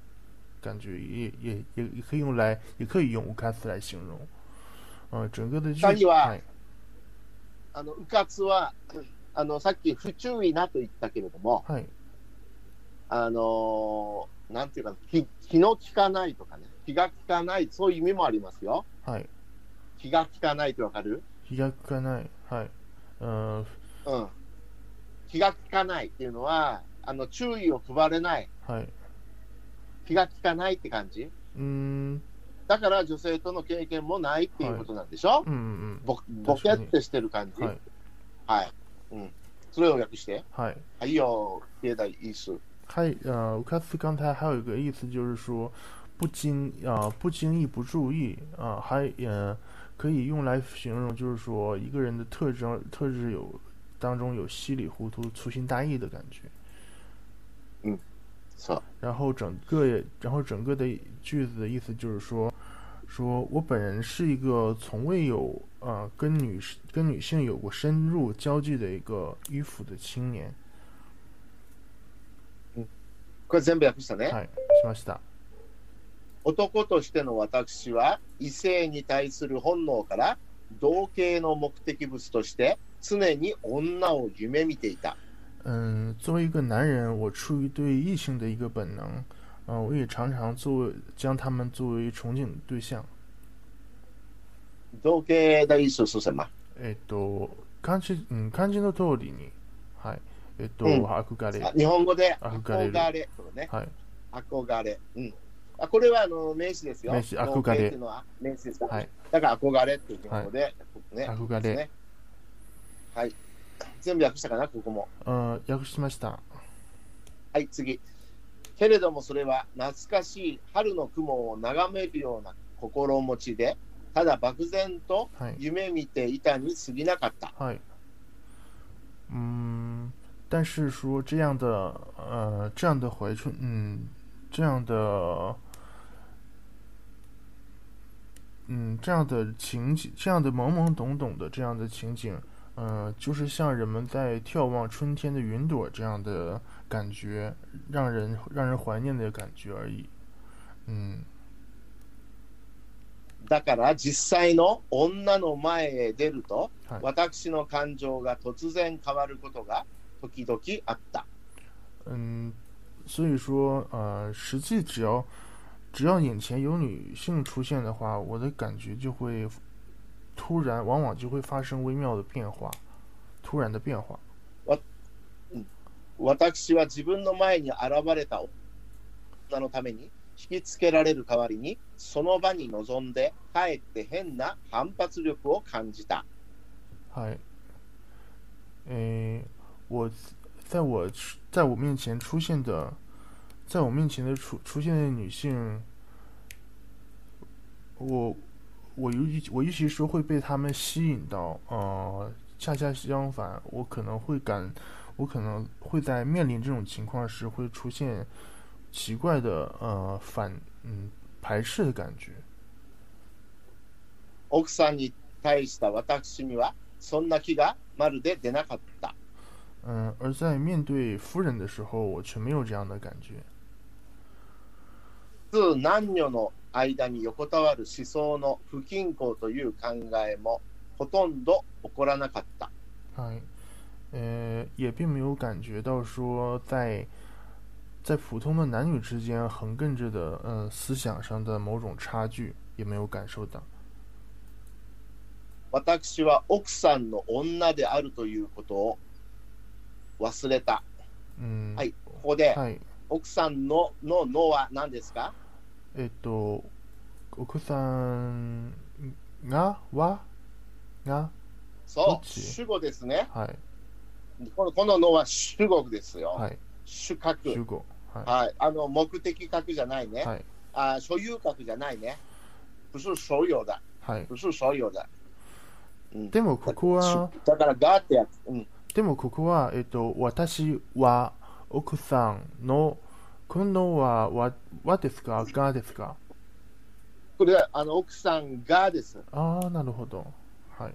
B: 感觉也也也也可以用来，也可以用乌卡斯来形容。呃，整个的句
A: 那你吧
B: はい
A: あの、うかつは、あの、さっき不注意なと言ったけれども、
B: はい
A: あのーなんていうかな気、気の利かないとかね、気が利かない、そういう意味もありますよ。
B: はい。
A: 気が利かないってわかる
B: 気が利かない。はい。呃，
A: うん。気が利かないっていうのは、あの、注意を配れない、
B: はい。
A: 気が利かないって感じ。
B: うん、
A: だから女性との経験もないっていうことなんでしょ、
B: うんうん
A: ぼボケってしてる感じ。
B: うん。
A: は
B: はいい。。
A: うん。それを訳して。
B: はい。
A: はいいよ、携帯いいっす。
B: 还呃，乌卡斯刚才还有一个意思就是说，不经啊、不经意不注意啊、还呃可以用来形容，就是说一个人的特征特质有当中有稀里糊涂、粗心大意的感觉。
A: そう。
B: 然后整个也，然后整个的句子的意思就是说，说我本人是一个从未有呃跟女士跟女性有过深入交际的一个迂腐的青年。
A: これ全部訳したね。
B: はい、しました。
A: 男としての私は異性に対する本能から同型の目的物として常に女を夢見ていた。
B: 嗯，作为一个男人，我出于对异性的一个本能，嗯、我也常常作为将他们作为憧憬对象。
A: 同型だいっす、すせま。
B: えっと、漢字、うん、漢字の通りに、はい、えっと、
A: うん
B: 憧れ、
A: あ日本語で
B: 憧れる
A: 憧れ。そうね。
B: はい、
A: 憧れ。うん。あこれはあの名詞ですよ。
B: 名詞
A: 同
B: 憧
A: 型
B: れ
A: っていうのは名詞ですか、
B: はい、
A: だから憧れっていう日本語で、ね。で
B: 憧
A: す
B: れ、
A: ね。はい。全部訳したかな、ここも。
B: 嗯、訳しました。
A: はい、次。けれどもそれは懐かしい春の雲を眺めるような心持ちで、ただ漠然と
B: はい。
A: 夢見ていたに過ぎなかった。
B: はい。嗯，但是说这样的呃这样的回去，嗯，这样的。嗯，这样的情景，这样的懵懵懂懂的这样的情景，呃，就是像人们在眺望春天的云朵这样的感觉，让人让人怀念的感觉而已。嗯，
A: だから実際の女の前へ出ると、
B: はい
A: 私の感情が突然変わることが時々あった。
B: 嗯，所以说，呃，实际只要只要眼前有女性出现的话，我的感觉就会突然，往往就会发生微妙的变化，突然的变化。
A: 私は自分の前に現れた女のために引きつけられる代わりに、その場に臨んで、かえって変な反発力を感じた。
B: 嗨，诶，我在我出在我面前出现的，在我面前的出出现的女性，我我尤其我与其说会被她们吸引到，呃，恰恰相反，我可能会感，我可能会在面临这种情况时会出现奇怪的呃反嗯排斥的感觉。
A: 奥さんに対した私には、そんな気がまるで出なかった。
B: 嗯，而在面对夫人的时候，我却没有这样的感觉。
A: 数男女の間に横たわる思想の不均衡という考えもほとんど起こらなかった。
B: 哎，呃，也并没有感觉到说在在普通的男女之间横亘着的呃思想上的某种差距，也没有感受到。
A: 私は奥さんの女であるということを忘れた。
B: 嗯，
A: はいここで
B: はい、
A: 奥さんのののは何ですか
B: えっと、奥さんがはがど
A: そ
B: っ
A: う、
B: ち
A: 主語ですね。
B: はい
A: このこののは主語ですよ。
B: はい
A: 主格。
B: 主語は
A: はい、あの目的格じゃないね。
B: はい
A: あ所有格じゃないね。不是所有だ。
B: いはい。
A: 不是所有だ。
B: でもここは
A: だからガーってやつ。うん
B: でもここは、えっと、私は奥さんのこのはわわですかがですか
A: これはあの奥さんがです。
B: ああ、なるほど。はい。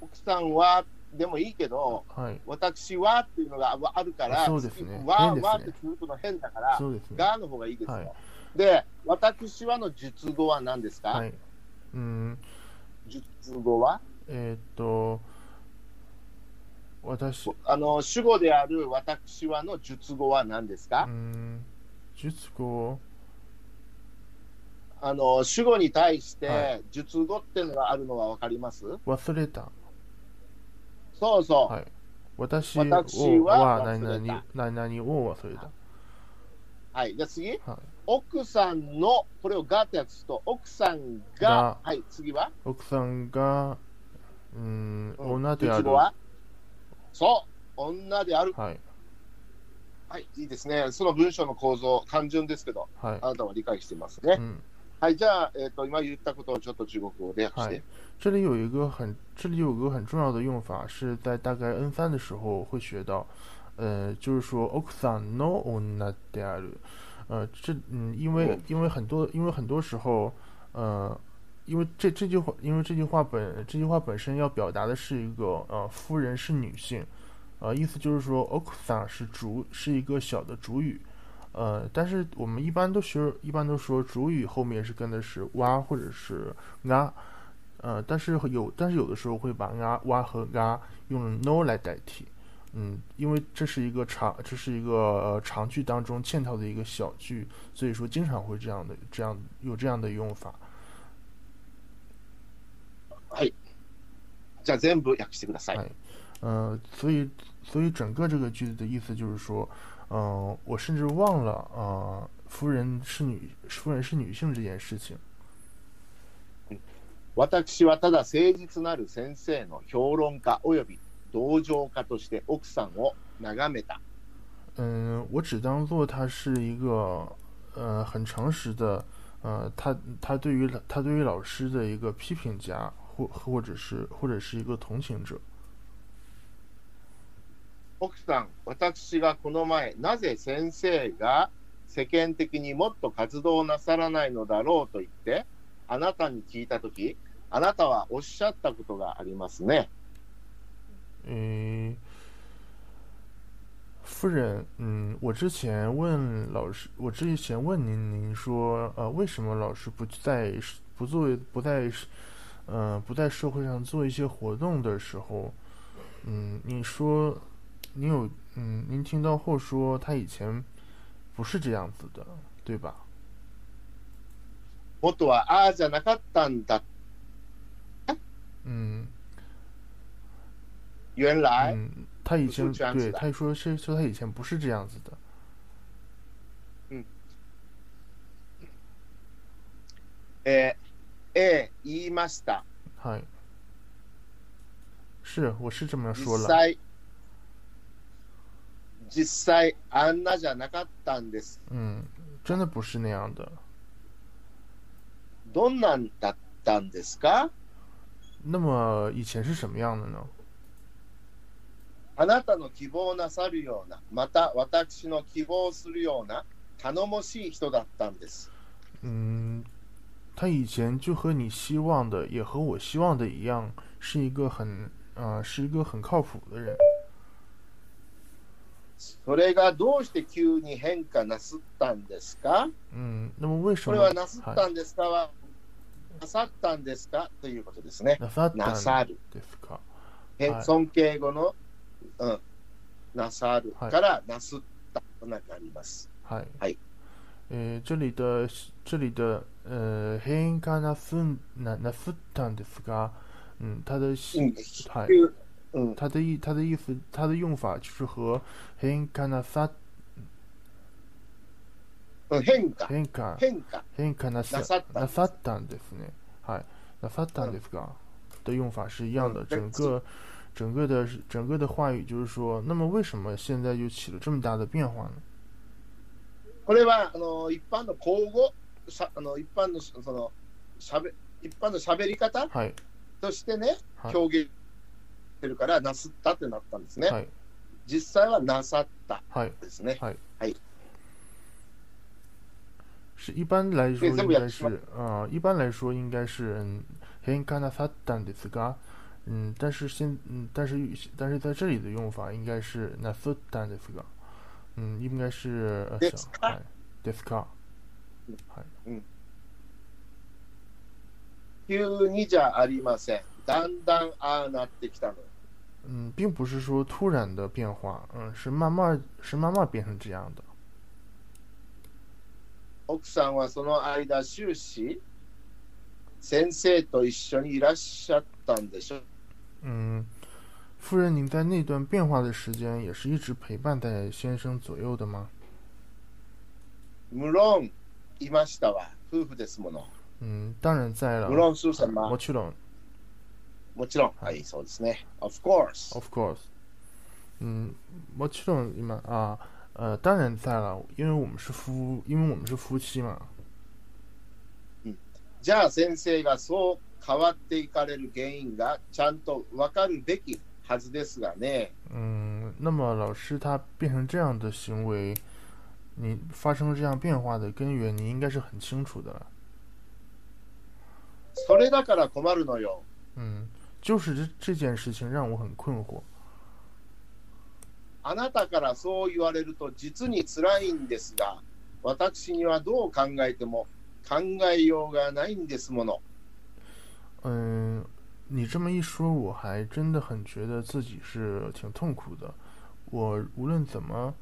A: 奥さんはでもいいけど、
B: はい。
A: 私はっていうのがあるから、
B: そうですね
A: わ、
B: 変ですね
A: わって続くの変だから、
B: そうですね。
A: がの方がいいですよ。
B: はい
A: で、私はの述語は何ですか、
B: はい。うん、
A: 述語は
B: えーっと、私、
A: あの主語である私はの述語は何ですか
B: う、ん、術語、
A: あの主語に対し
B: は
A: て述語っていうのがあるのは分かります、
B: 忘れた。
A: そうそう、
B: はい私を
A: 私は
B: は
A: 忘
B: 何
A: れた
B: 々何々を忘れた。
A: はい、じゃあ次、
B: はい
A: 奥さんの、これをがって訳すと、奥さんが
B: が、
A: はい、次は、
B: 奥さんが、うん、
A: うん
B: 女であ
A: いち
B: る。
A: ご
B: は
A: はそう、女である。
B: い。
A: はい、いいですね。その文章の構造、単純ですけど、
B: はい
A: あ。なたは理解していますね
B: う。ん
A: はい、じゃあ、えっ、と、今言ったことをちょっと中国語で訳し
B: は
A: て。
B: い，这里有一个很，这里有个很重要的用法是在大概 N 三的时候会学到，呃，就是说 “oxan no ona d a r 呃，这嗯，因为
A: 嗯
B: 因为很多，因为很多时候，呃，因为这这句话，因为这句话本这句话本身要表达的是一个呃，夫人是女性，呃，意思就是说 “oxan” 是主是一个小的主语。呃，但是我们一般都学，一般都说主语后面是跟的是哇或者是啊，呃，但是有，但是有的时候会把啊、哇和啊用 no 来代替，嗯，因为这是一个长，这是一个、呃、长句当中嵌套的一个小句，所以说经常会这样的，这样有这样的用法。
A: じゃあ、全部訳してください。
B: はい呃，所以所以整个这个句子的意思就是说，嗯、我甚至忘了，呃，夫人是女，夫人是女性这件事情。
A: 私はただ誠実なる先生の評論家及び同情家として奥さんを眺めた。
B: 嗯，我只当做他是一个呃很诚实的，嗯、呃，他他对于他对于老师的一个批评家，或或者是或者是一个同情者。
A: 奥さん、私がこの前、なぜ先生が世間的にもっと活動なさらないのだろうと言って、あなたに聞いたとき、あなたはおっしゃったことがありますね。
B: 诶，嗯夫人，嗯，我之前问老师，我之前问您，您说，呃，为什么老师不在不做不在，呃，不在社会上做一些活动的时候，嗯，你说，您有，嗯，您听到后说他以前不是这样子的，对吧？
A: 元はああじゃなかったんだ。
B: 嗯
A: 原来、
B: 嗯，他以
A: 不是
B: 前
A: 这样子
B: 对
A: 的
B: 他说是说他以前不是这样子的，
A: えーえー言いました。
B: 嗨，是我是这么说
A: 実
B: 了。
A: 際、実際、あんなじゃなかったんです。
B: 嗯，真的不是那样的。
A: どんなんだったんですか
B: 那么以前是什么样的呢？
A: あなたの希望なさるような、また私の希望するような、頼もしい人だったんです。
B: 嗯，他以前就和你希望的，也和我希望的一样，是一个很，呃，是一个很靠谱的人。
A: それがどうして急に変化なすったんですか
B: 嗯，那么为什
A: これ？
B: 么
A: はなすった
B: はい
A: んですかは、なさったんですかということですね。
B: なさった
A: なんさる。
B: ですか？
A: へん
B: はい
A: 尊敬語の、うん、なさる
B: はい
A: からなすったとなります。
B: 嗨，
A: はい。
B: 呃，这里的这里的呃，変化なすんななすったんですか？嗯，他的
A: うん、
B: 嗨。
A: 急うん、
B: 它的意它的意思，它的用法就是和 hen kana sa
A: うん変化、
B: hen ka
A: 変化、
B: hen kana sa
A: なさったんです
B: nasatan ですね。はい，nasatan ですか的用法是一样的，
A: 嗯
B: 整
A: 这
B: 个整个的整个的话语就是说，那么为什么现在又起了这么大的变化呢？
A: 嗯これはあの一般の口語、しゃあの一般のそのしゃべ一般の喋り方
B: はい
A: としてね、
B: はい
A: 表現してるから、なすったってなったんですね。
B: はい
A: 実際はなさった
B: はい，
A: ですね。
B: 是一般来说
A: 这
B: 应
A: 么也
B: 该
A: 是吗
B: 是呃，一般来说应该是嗯 hen kana satan ですか。嗯，但是现嗯，但是但是在这里的用法应该是 nasatan ですか。嗯，应该是呃
A: ですか
B: はいですか。
A: 急にじゃありません。だんだんああなってきたの。
B: 嗯，并不是说突然的变化，嗯，是慢慢是慢慢变成这样的。
A: 奥さんはその間、終始、先生と一緒にいらっしゃったんでしょ。
B: 嗯，夫人，您在那段变化的时间也是一直陪伴在先生左右的吗？
A: 無論、いましたわ。夫婦ですもの。
B: 嗯，当然在了。
A: 無論、スーさんは
B: もちろん
A: もちろん。
B: は
A: はいい、そうですね。Of course。
B: Of course，嗯，もちろん今啊，呃，当然在了，因为我们是夫，因为我们是夫妻嘛。
A: じゃあ先生がそう変わっていかれる原因がちゃんとわかるべきはずですがね。
B: 嗯，那么老师他变成这样的行为，你发生这样变化的根源，你应该是很清楚的了。
A: それだから困るのよ。
B: 嗯，就是这这件事情让我很困惑。
A: あなたからそう言われると実に辛いんですが、私にはどう考えても考えようがないんですもの。
B: 嗯，你这么一说，我还真的很觉得自己是挺痛苦的。我无论怎么，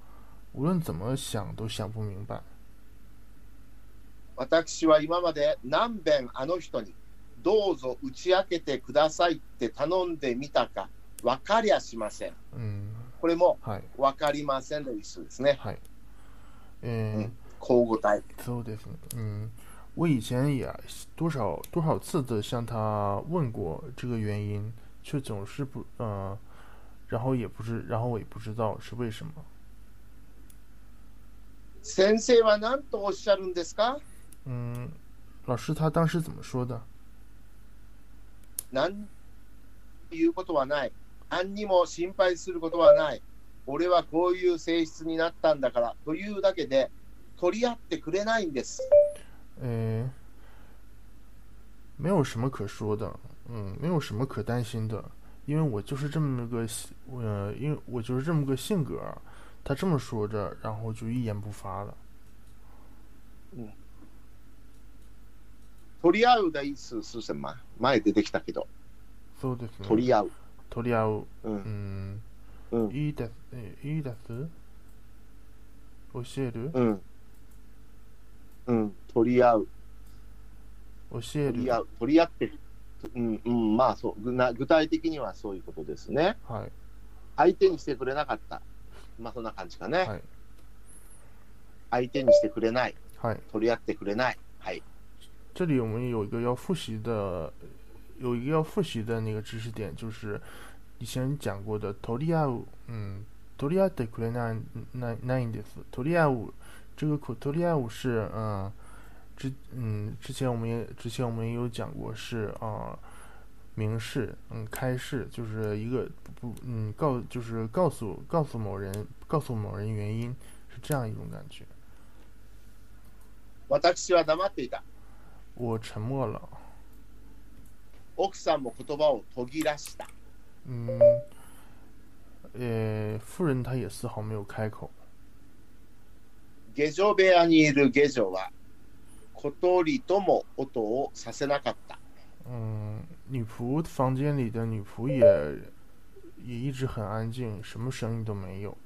B: 无论怎么想都想不明白。
A: 私は今まで何遍あの人にどうぞ打ち明けてくださいって頼んでみたか分かりゃしません。
B: 嗯，
A: これも
B: 嗨
A: 分かりませんの一緒ですね。
B: 嗨，嗯。
A: 嗯交互体。
B: そうですね。嗯，我以前也多少多少次的向他问过这个原因，却总是不呃，然后也不知，然后我也不知道是为什么。
A: 先生は何とおっしゃるんですか
B: 嗯，老师他当时怎么说的？
A: 何言うことはない。何にも心配することはない。俺はこういう性質になったんだからというだけで取り合ってくれないんです。
B: 呃，没有什么可说的，嗯，没有什么可担心的，因为我就是这么个性，呃，因为我就是这么个性格儿。他这么说着，然后就一言不发了。
A: 取り合う台数数千万。前出てきたけど、
B: そうですね。
A: 取り合う。
B: 取り合う。
A: うん。
B: うん。
A: うん
B: いいです。えいいです。教える。
A: うん。うん。取り合う。
B: 教え
A: 取
B: る
A: り。合う。取り合ってる。うん、うん、まあそうぐな。具体的にはそういうことですね。
B: はい。
A: 相手にしてくれなかった。まあそんな感じかね。
B: はい
A: 相手にしてくれない。
B: はい。
A: 取り合ってくれない。はい。
B: 这里我们有一个要复习的，有一个要复习的那个知识点，就是以前讲过的“トリアウ”。嗯，“トリアテクレナナナインデス”。“トリアウ”这个口“トリアウ”是嗯，之嗯之前我们也之前我们也有讲过是啊、明示嗯开示就是一个不不嗯告就是告诉告诉某人告诉某人原因是这样一种感觉。
A: 私は黙っていた。
B: 我沉默了。啊
A: 奥さんも言葉を途切らした。
B: 嗯，呃，夫人她也丝毫没有开口。
A: 下女部屋にいる下女は、小鳥とも音をさせなかった。
B: 嗯，女仆房间里的女仆也也一直很安静，什么声音都没有。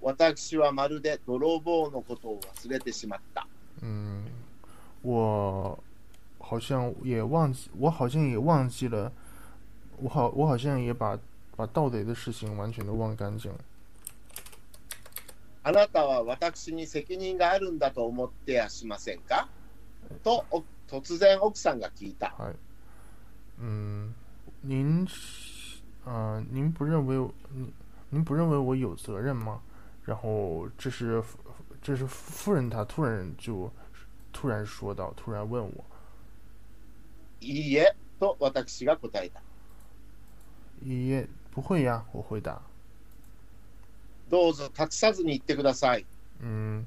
A: 私はまるで泥棒のことを忘れてしまった。
B: 嗯，我好像也忘记，我好像也忘记了，我好，我好像也把把盗贼的事情完全都忘干净了。
A: あなたは私に責任があるんだと思ってやしませんかとお突然奥さんが聞いた。
B: 嗯，您是，呃，您不认为我您您不认为我有责任吗？然后这是夫这是夫人，她突然就突然说到，突然问我，
A: いいえ、と私が答えた。
B: 也不会呀，我回答，
A: どうぞ隠さずに言ってください。
B: 嗯，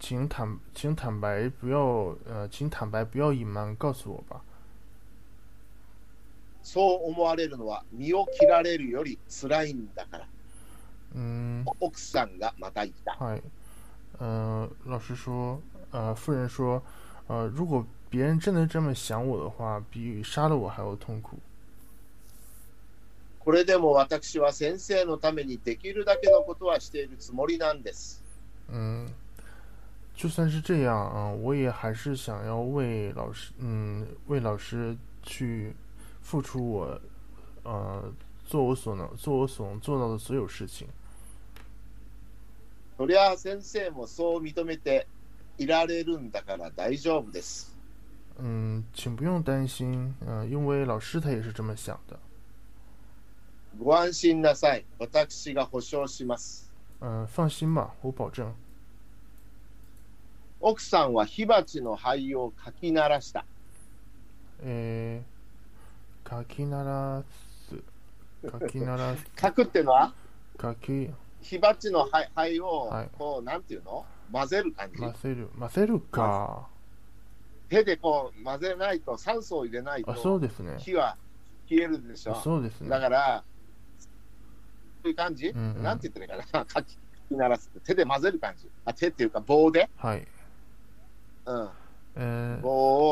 B: 请坦请坦白，不要呃，请坦白，不要隐瞒，告诉我吧。
A: そう思われるのは身を切られるより辛いんだから。
B: 嗯，
A: 奥さんがまた言った。
B: 嗨，呃，老师说，呃，夫人说，呃，如果别人真的这么想我的话，比杀了我还要痛苦。
A: これでも私は先生のためにできるだけのことはしているつもりなんです。
B: 嗯，就算是这样啊、我也还是想要为老师，嗯，为老师去付出我，呃，做我所能，做我所能做到的所有事情。
A: そりゃあ先生もそう認めていられるんだから大丈夫です。
B: 嗯，请不用担心，嗯、因为老师他也是这么想的。
A: ご安心なさい。私が保証します。
B: 嗯、放心吧，我保证。
A: 奥さんは火鉢の灰をかき鳴らした。
B: えー、かきなら す。かきならす。
A: かくってのは
B: かき、
A: 火鉢の灰灰を
B: はい
A: こう、なんていうの混ぜる感じ。
B: ませる。ませるか。
A: 手でこう混ぜないと酸素を入れない
B: あ、そ
A: と
B: うですね。
A: 火は消えるでしょ。
B: そうですね
A: だ。から、そういう感じ、
B: うんうん
A: なんて言ったらいいかな、 かき鳴らすって手で混ぜる感じ。あ手っていうか棒で、
B: はい。
A: うん、
B: えー、
A: 棒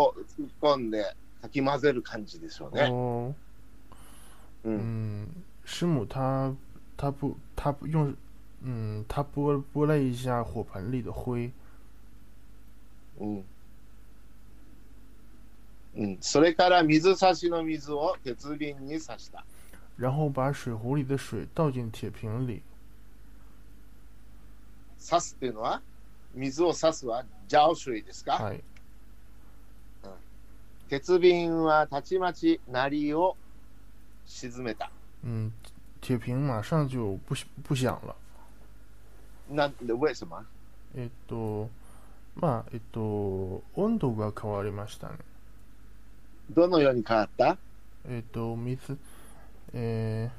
A: を突っ込んでかき混ぜる感じでしょうね。
B: お
A: う
B: うんん，师母她她不她不用，嗯，她拨拨了一下火盆里的灰。
A: うんうん、それから水差しの水を鉄瓶に差した。
B: 然后把水壶里的水倒进铁瓶里，
A: 刺すっていうのは水を刺すはジャオ水ですか、
B: はい、
A: 鉄瓶はたちまち鳴りを沈めた。
B: 嗯，铁瓶马上就不不响了。
A: なんで、为什么
B: えっと、まあ、えっと、温度が変わりましたね。
A: どのように変わった
B: えっと、水、え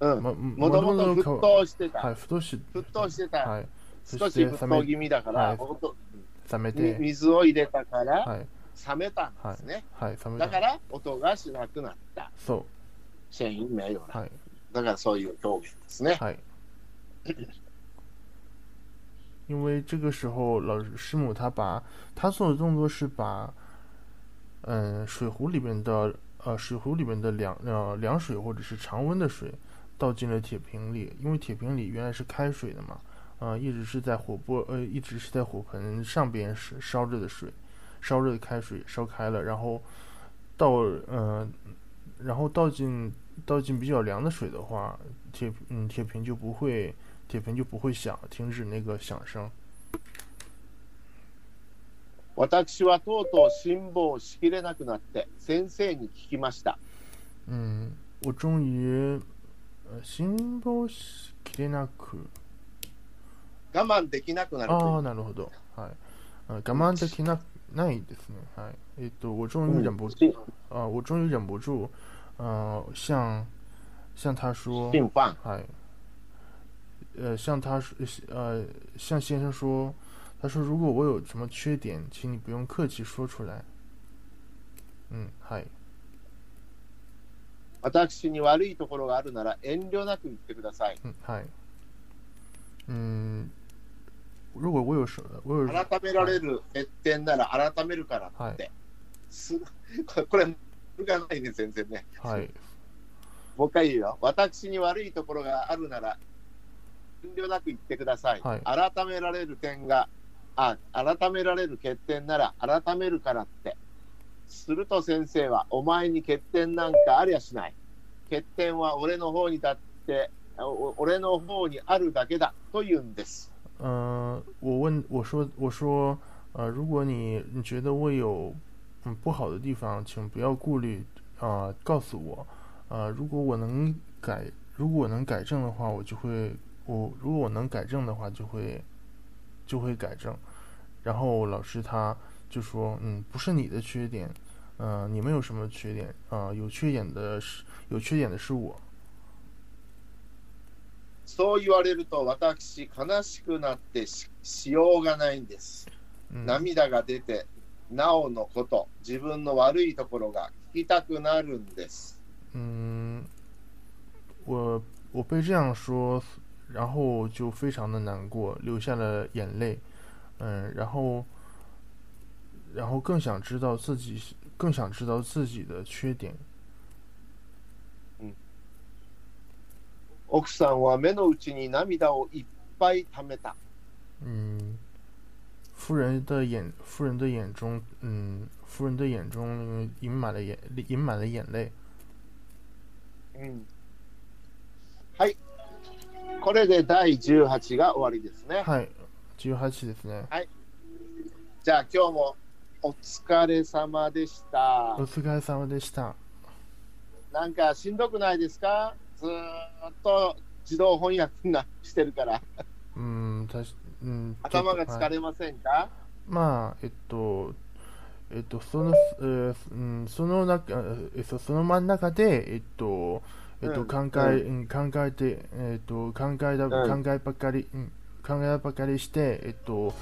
A: う
B: ー、
A: ん。
B: ま、
A: もともと
B: 々
A: 沸
B: 変わ
A: 騰してた。
B: はい、沸騰し、
A: 沸騰してた。
B: はい、そ
A: 少
B: し
A: して沸騰気味だから、
B: はい
A: ほんと
B: 冷め
A: み
B: て、
A: 水を入れたから、
B: はい、
A: 冷めたんですね。
B: はい、冷め
A: だか
B: た。
A: ら、音がしなくなった。
B: そ
A: シェイン名誉
B: う、
A: な。
B: はい、
A: だから、そういう表現ですね。
B: はい。因为这个时候，老师母她把她做的动作是把，嗯，水壶里面的呃水壶里面的凉呃凉水或者是常温的水倒进了铁瓶里，因为铁瓶里原来是开水的嘛，呃，一直是在火锅呃一直是在火盆上边是烧着的水，烧热的开水烧开了，然后倒呃，然后倒进倒进比较凉的水的话，铁嗯铁瓶就不会铁瓶就不会响，停止那个响声。
A: 私はとうとう辛抱をしきれなくなって、先生に聞きました。
B: 嗯，我终于呃辛抱しきれなく
A: 我慢できなくなるという
B: ああなるほどはい哦呃我慢できなないですねはいえっと哎我终于忍不住
A: うん
B: 啊、我终于忍不住呃向向他说
A: 審判。
B: 嗨，呃，向他说，呃，向先生说，他说如果我有什么缺点，请你不用客气说出来。嗯，嗨，
A: 私に悪いところがあるなら遠慮なく言ってください。
B: 嗯，嗨，嗯，如果我有什，我有，
A: 改められる欠点なら改めるからって。す これ、難しいね、先生ね。
B: 嗨，
A: もう一回言うよ。私に悪いところがあるなら遠慮なく言ってください。
B: はい
A: 改められる点が、あ、改められる欠点なら改めるからって。すると先生は、お前に欠点なんかありゃしない。欠点は俺の方にだって、お俺の方にあるだけだと言うんです。
B: 嗯、我问我说我说，呃，如果你你觉得我有嗯不好的地方，请不要顾虑啊、呃告诉我。呃，如果我能改，如果我能改正的话，我就会我如果我能改正的话，就会就会改正。然后老师他就说，嗯，不是你的缺点，呃，你们有什么缺点啊、有缺点的是有缺点的是我。
A: そう言われると私悲しくなってししようがないんです。
B: 嗯，
A: 涙が出て、なおのこと、自分の悪いところが聞きたくなるんです。
B: 嗯，我我被这样说，然后就非常的难过，流下了眼泪。嗯，然后，然后更想知道自己，更想知道自己的缺点。
A: 奥さんは目の内に涙をいっぱい溜めた。
B: 嗯，夫人的眼，夫人的眼中，嗯，夫人的眼中盈满了眼，盈满了眼泪。
A: はい。これで第18が終わりですね。
B: 嗨，十八ですね。
A: じゃあ今日もお疲れ様でした
B: お。疲れ様でした。
A: なんかしんどくないですかずーっと自動翻訳なしてるから
B: 嗯，他是，嗯，这
A: 頭
B: 个
A: が疲れませんか
B: まあ、えっと、えっと、その、えーうん、その中、えーそうその真ん中で、えっと、えっと、
A: うん
B: 考え、うん考えて、えっと、考えだ、
A: うん
B: 考えばかり、うん考えばかりして、えっと、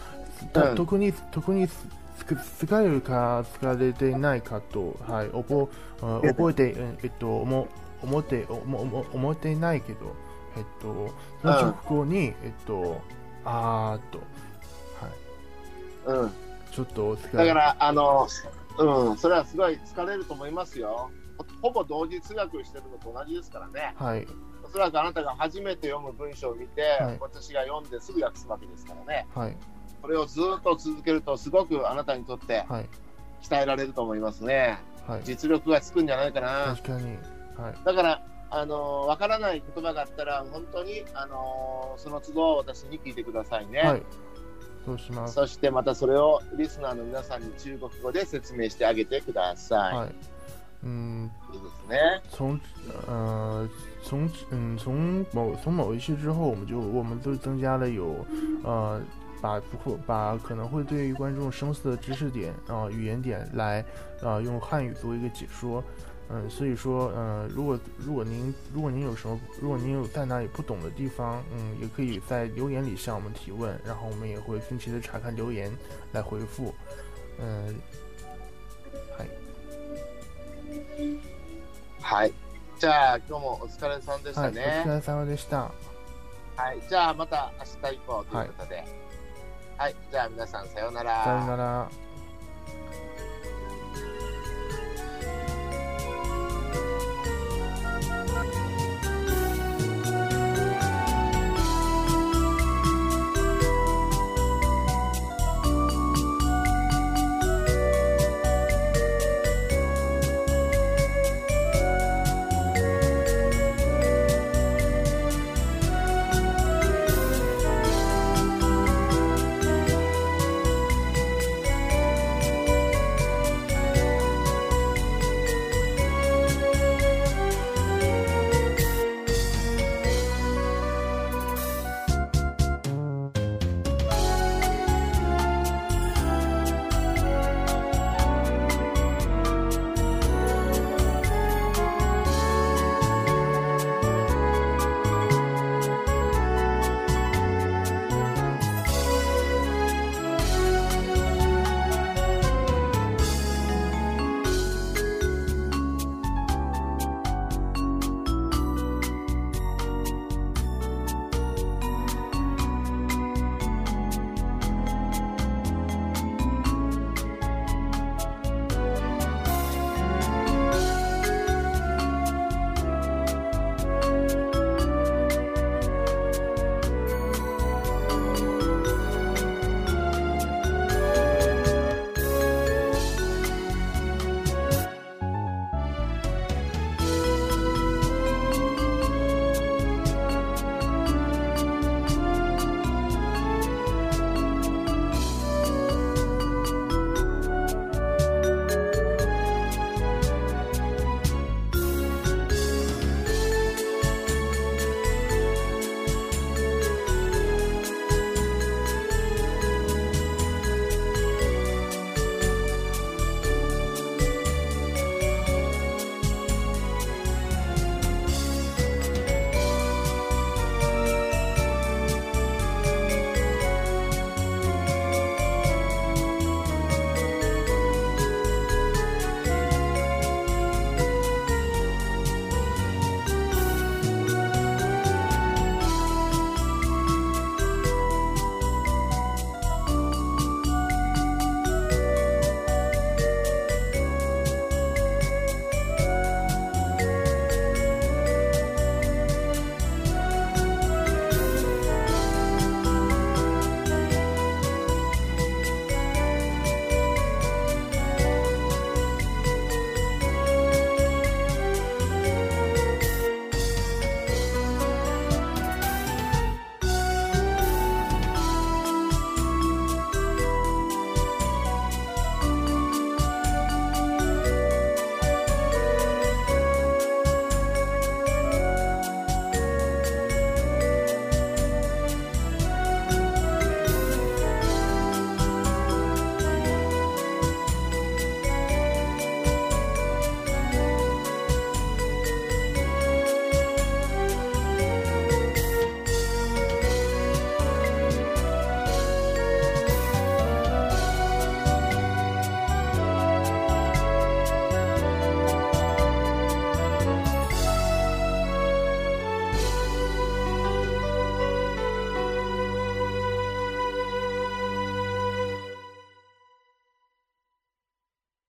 B: た
A: うん
B: 特に、特に、すく疲れるか疲れていないかと、はい、覚え、うん覚えて、うんえっと、思、思って、思、思思っていないけど、えっと、その直後に、えっと、あーっと、はい、
A: うん。
B: ちょっと疲
A: だ
B: れ
A: から、あの、うん、それはすごい疲れると思いますよ。ほぼ同時通訳してるのと同じですからね。
B: はい、
A: おそらくあなたが初めて読む文章を見て、
B: はい
A: 私が読んですぐ訳すわけですからね。
B: はい、
A: これをずっと続けると、すごくあなたにとって
B: はい、
A: 鍛えられると思いますね。
B: はい、
A: 実力がつくんじゃないかな。
B: 確かに、はい、
A: だから、あの、わからない言葉があったら、本当に、あの、その都度私に聞いてくださいね。
B: はい、そうします。
A: そしてまたそれをリスナーの皆さんに中国語で説明してあげてください。
B: はい、嗯，
A: いいですね。
B: 从呃从嗯从某从某一次之后，我们就我们就增加了有呃把不会把可能会对于观众生涩的知识点啊、语言点来啊、用汉语做一个解说。嗯，所以说，呃，如果如果您如果您有什么，如果您有在哪里不懂的地方，嗯，也可以在留言里向我们提问，然后我们也会定期的查看留言来回复。嗯，
A: はい。じゃあ、今日もお疲れさんでし
B: はい、
A: た
B: お疲
A: ね。
B: れ様でした。
A: はい。じゃあ、また明日以降ということで。はい。じゃあ、皆さん、さようなら。
B: さよなら。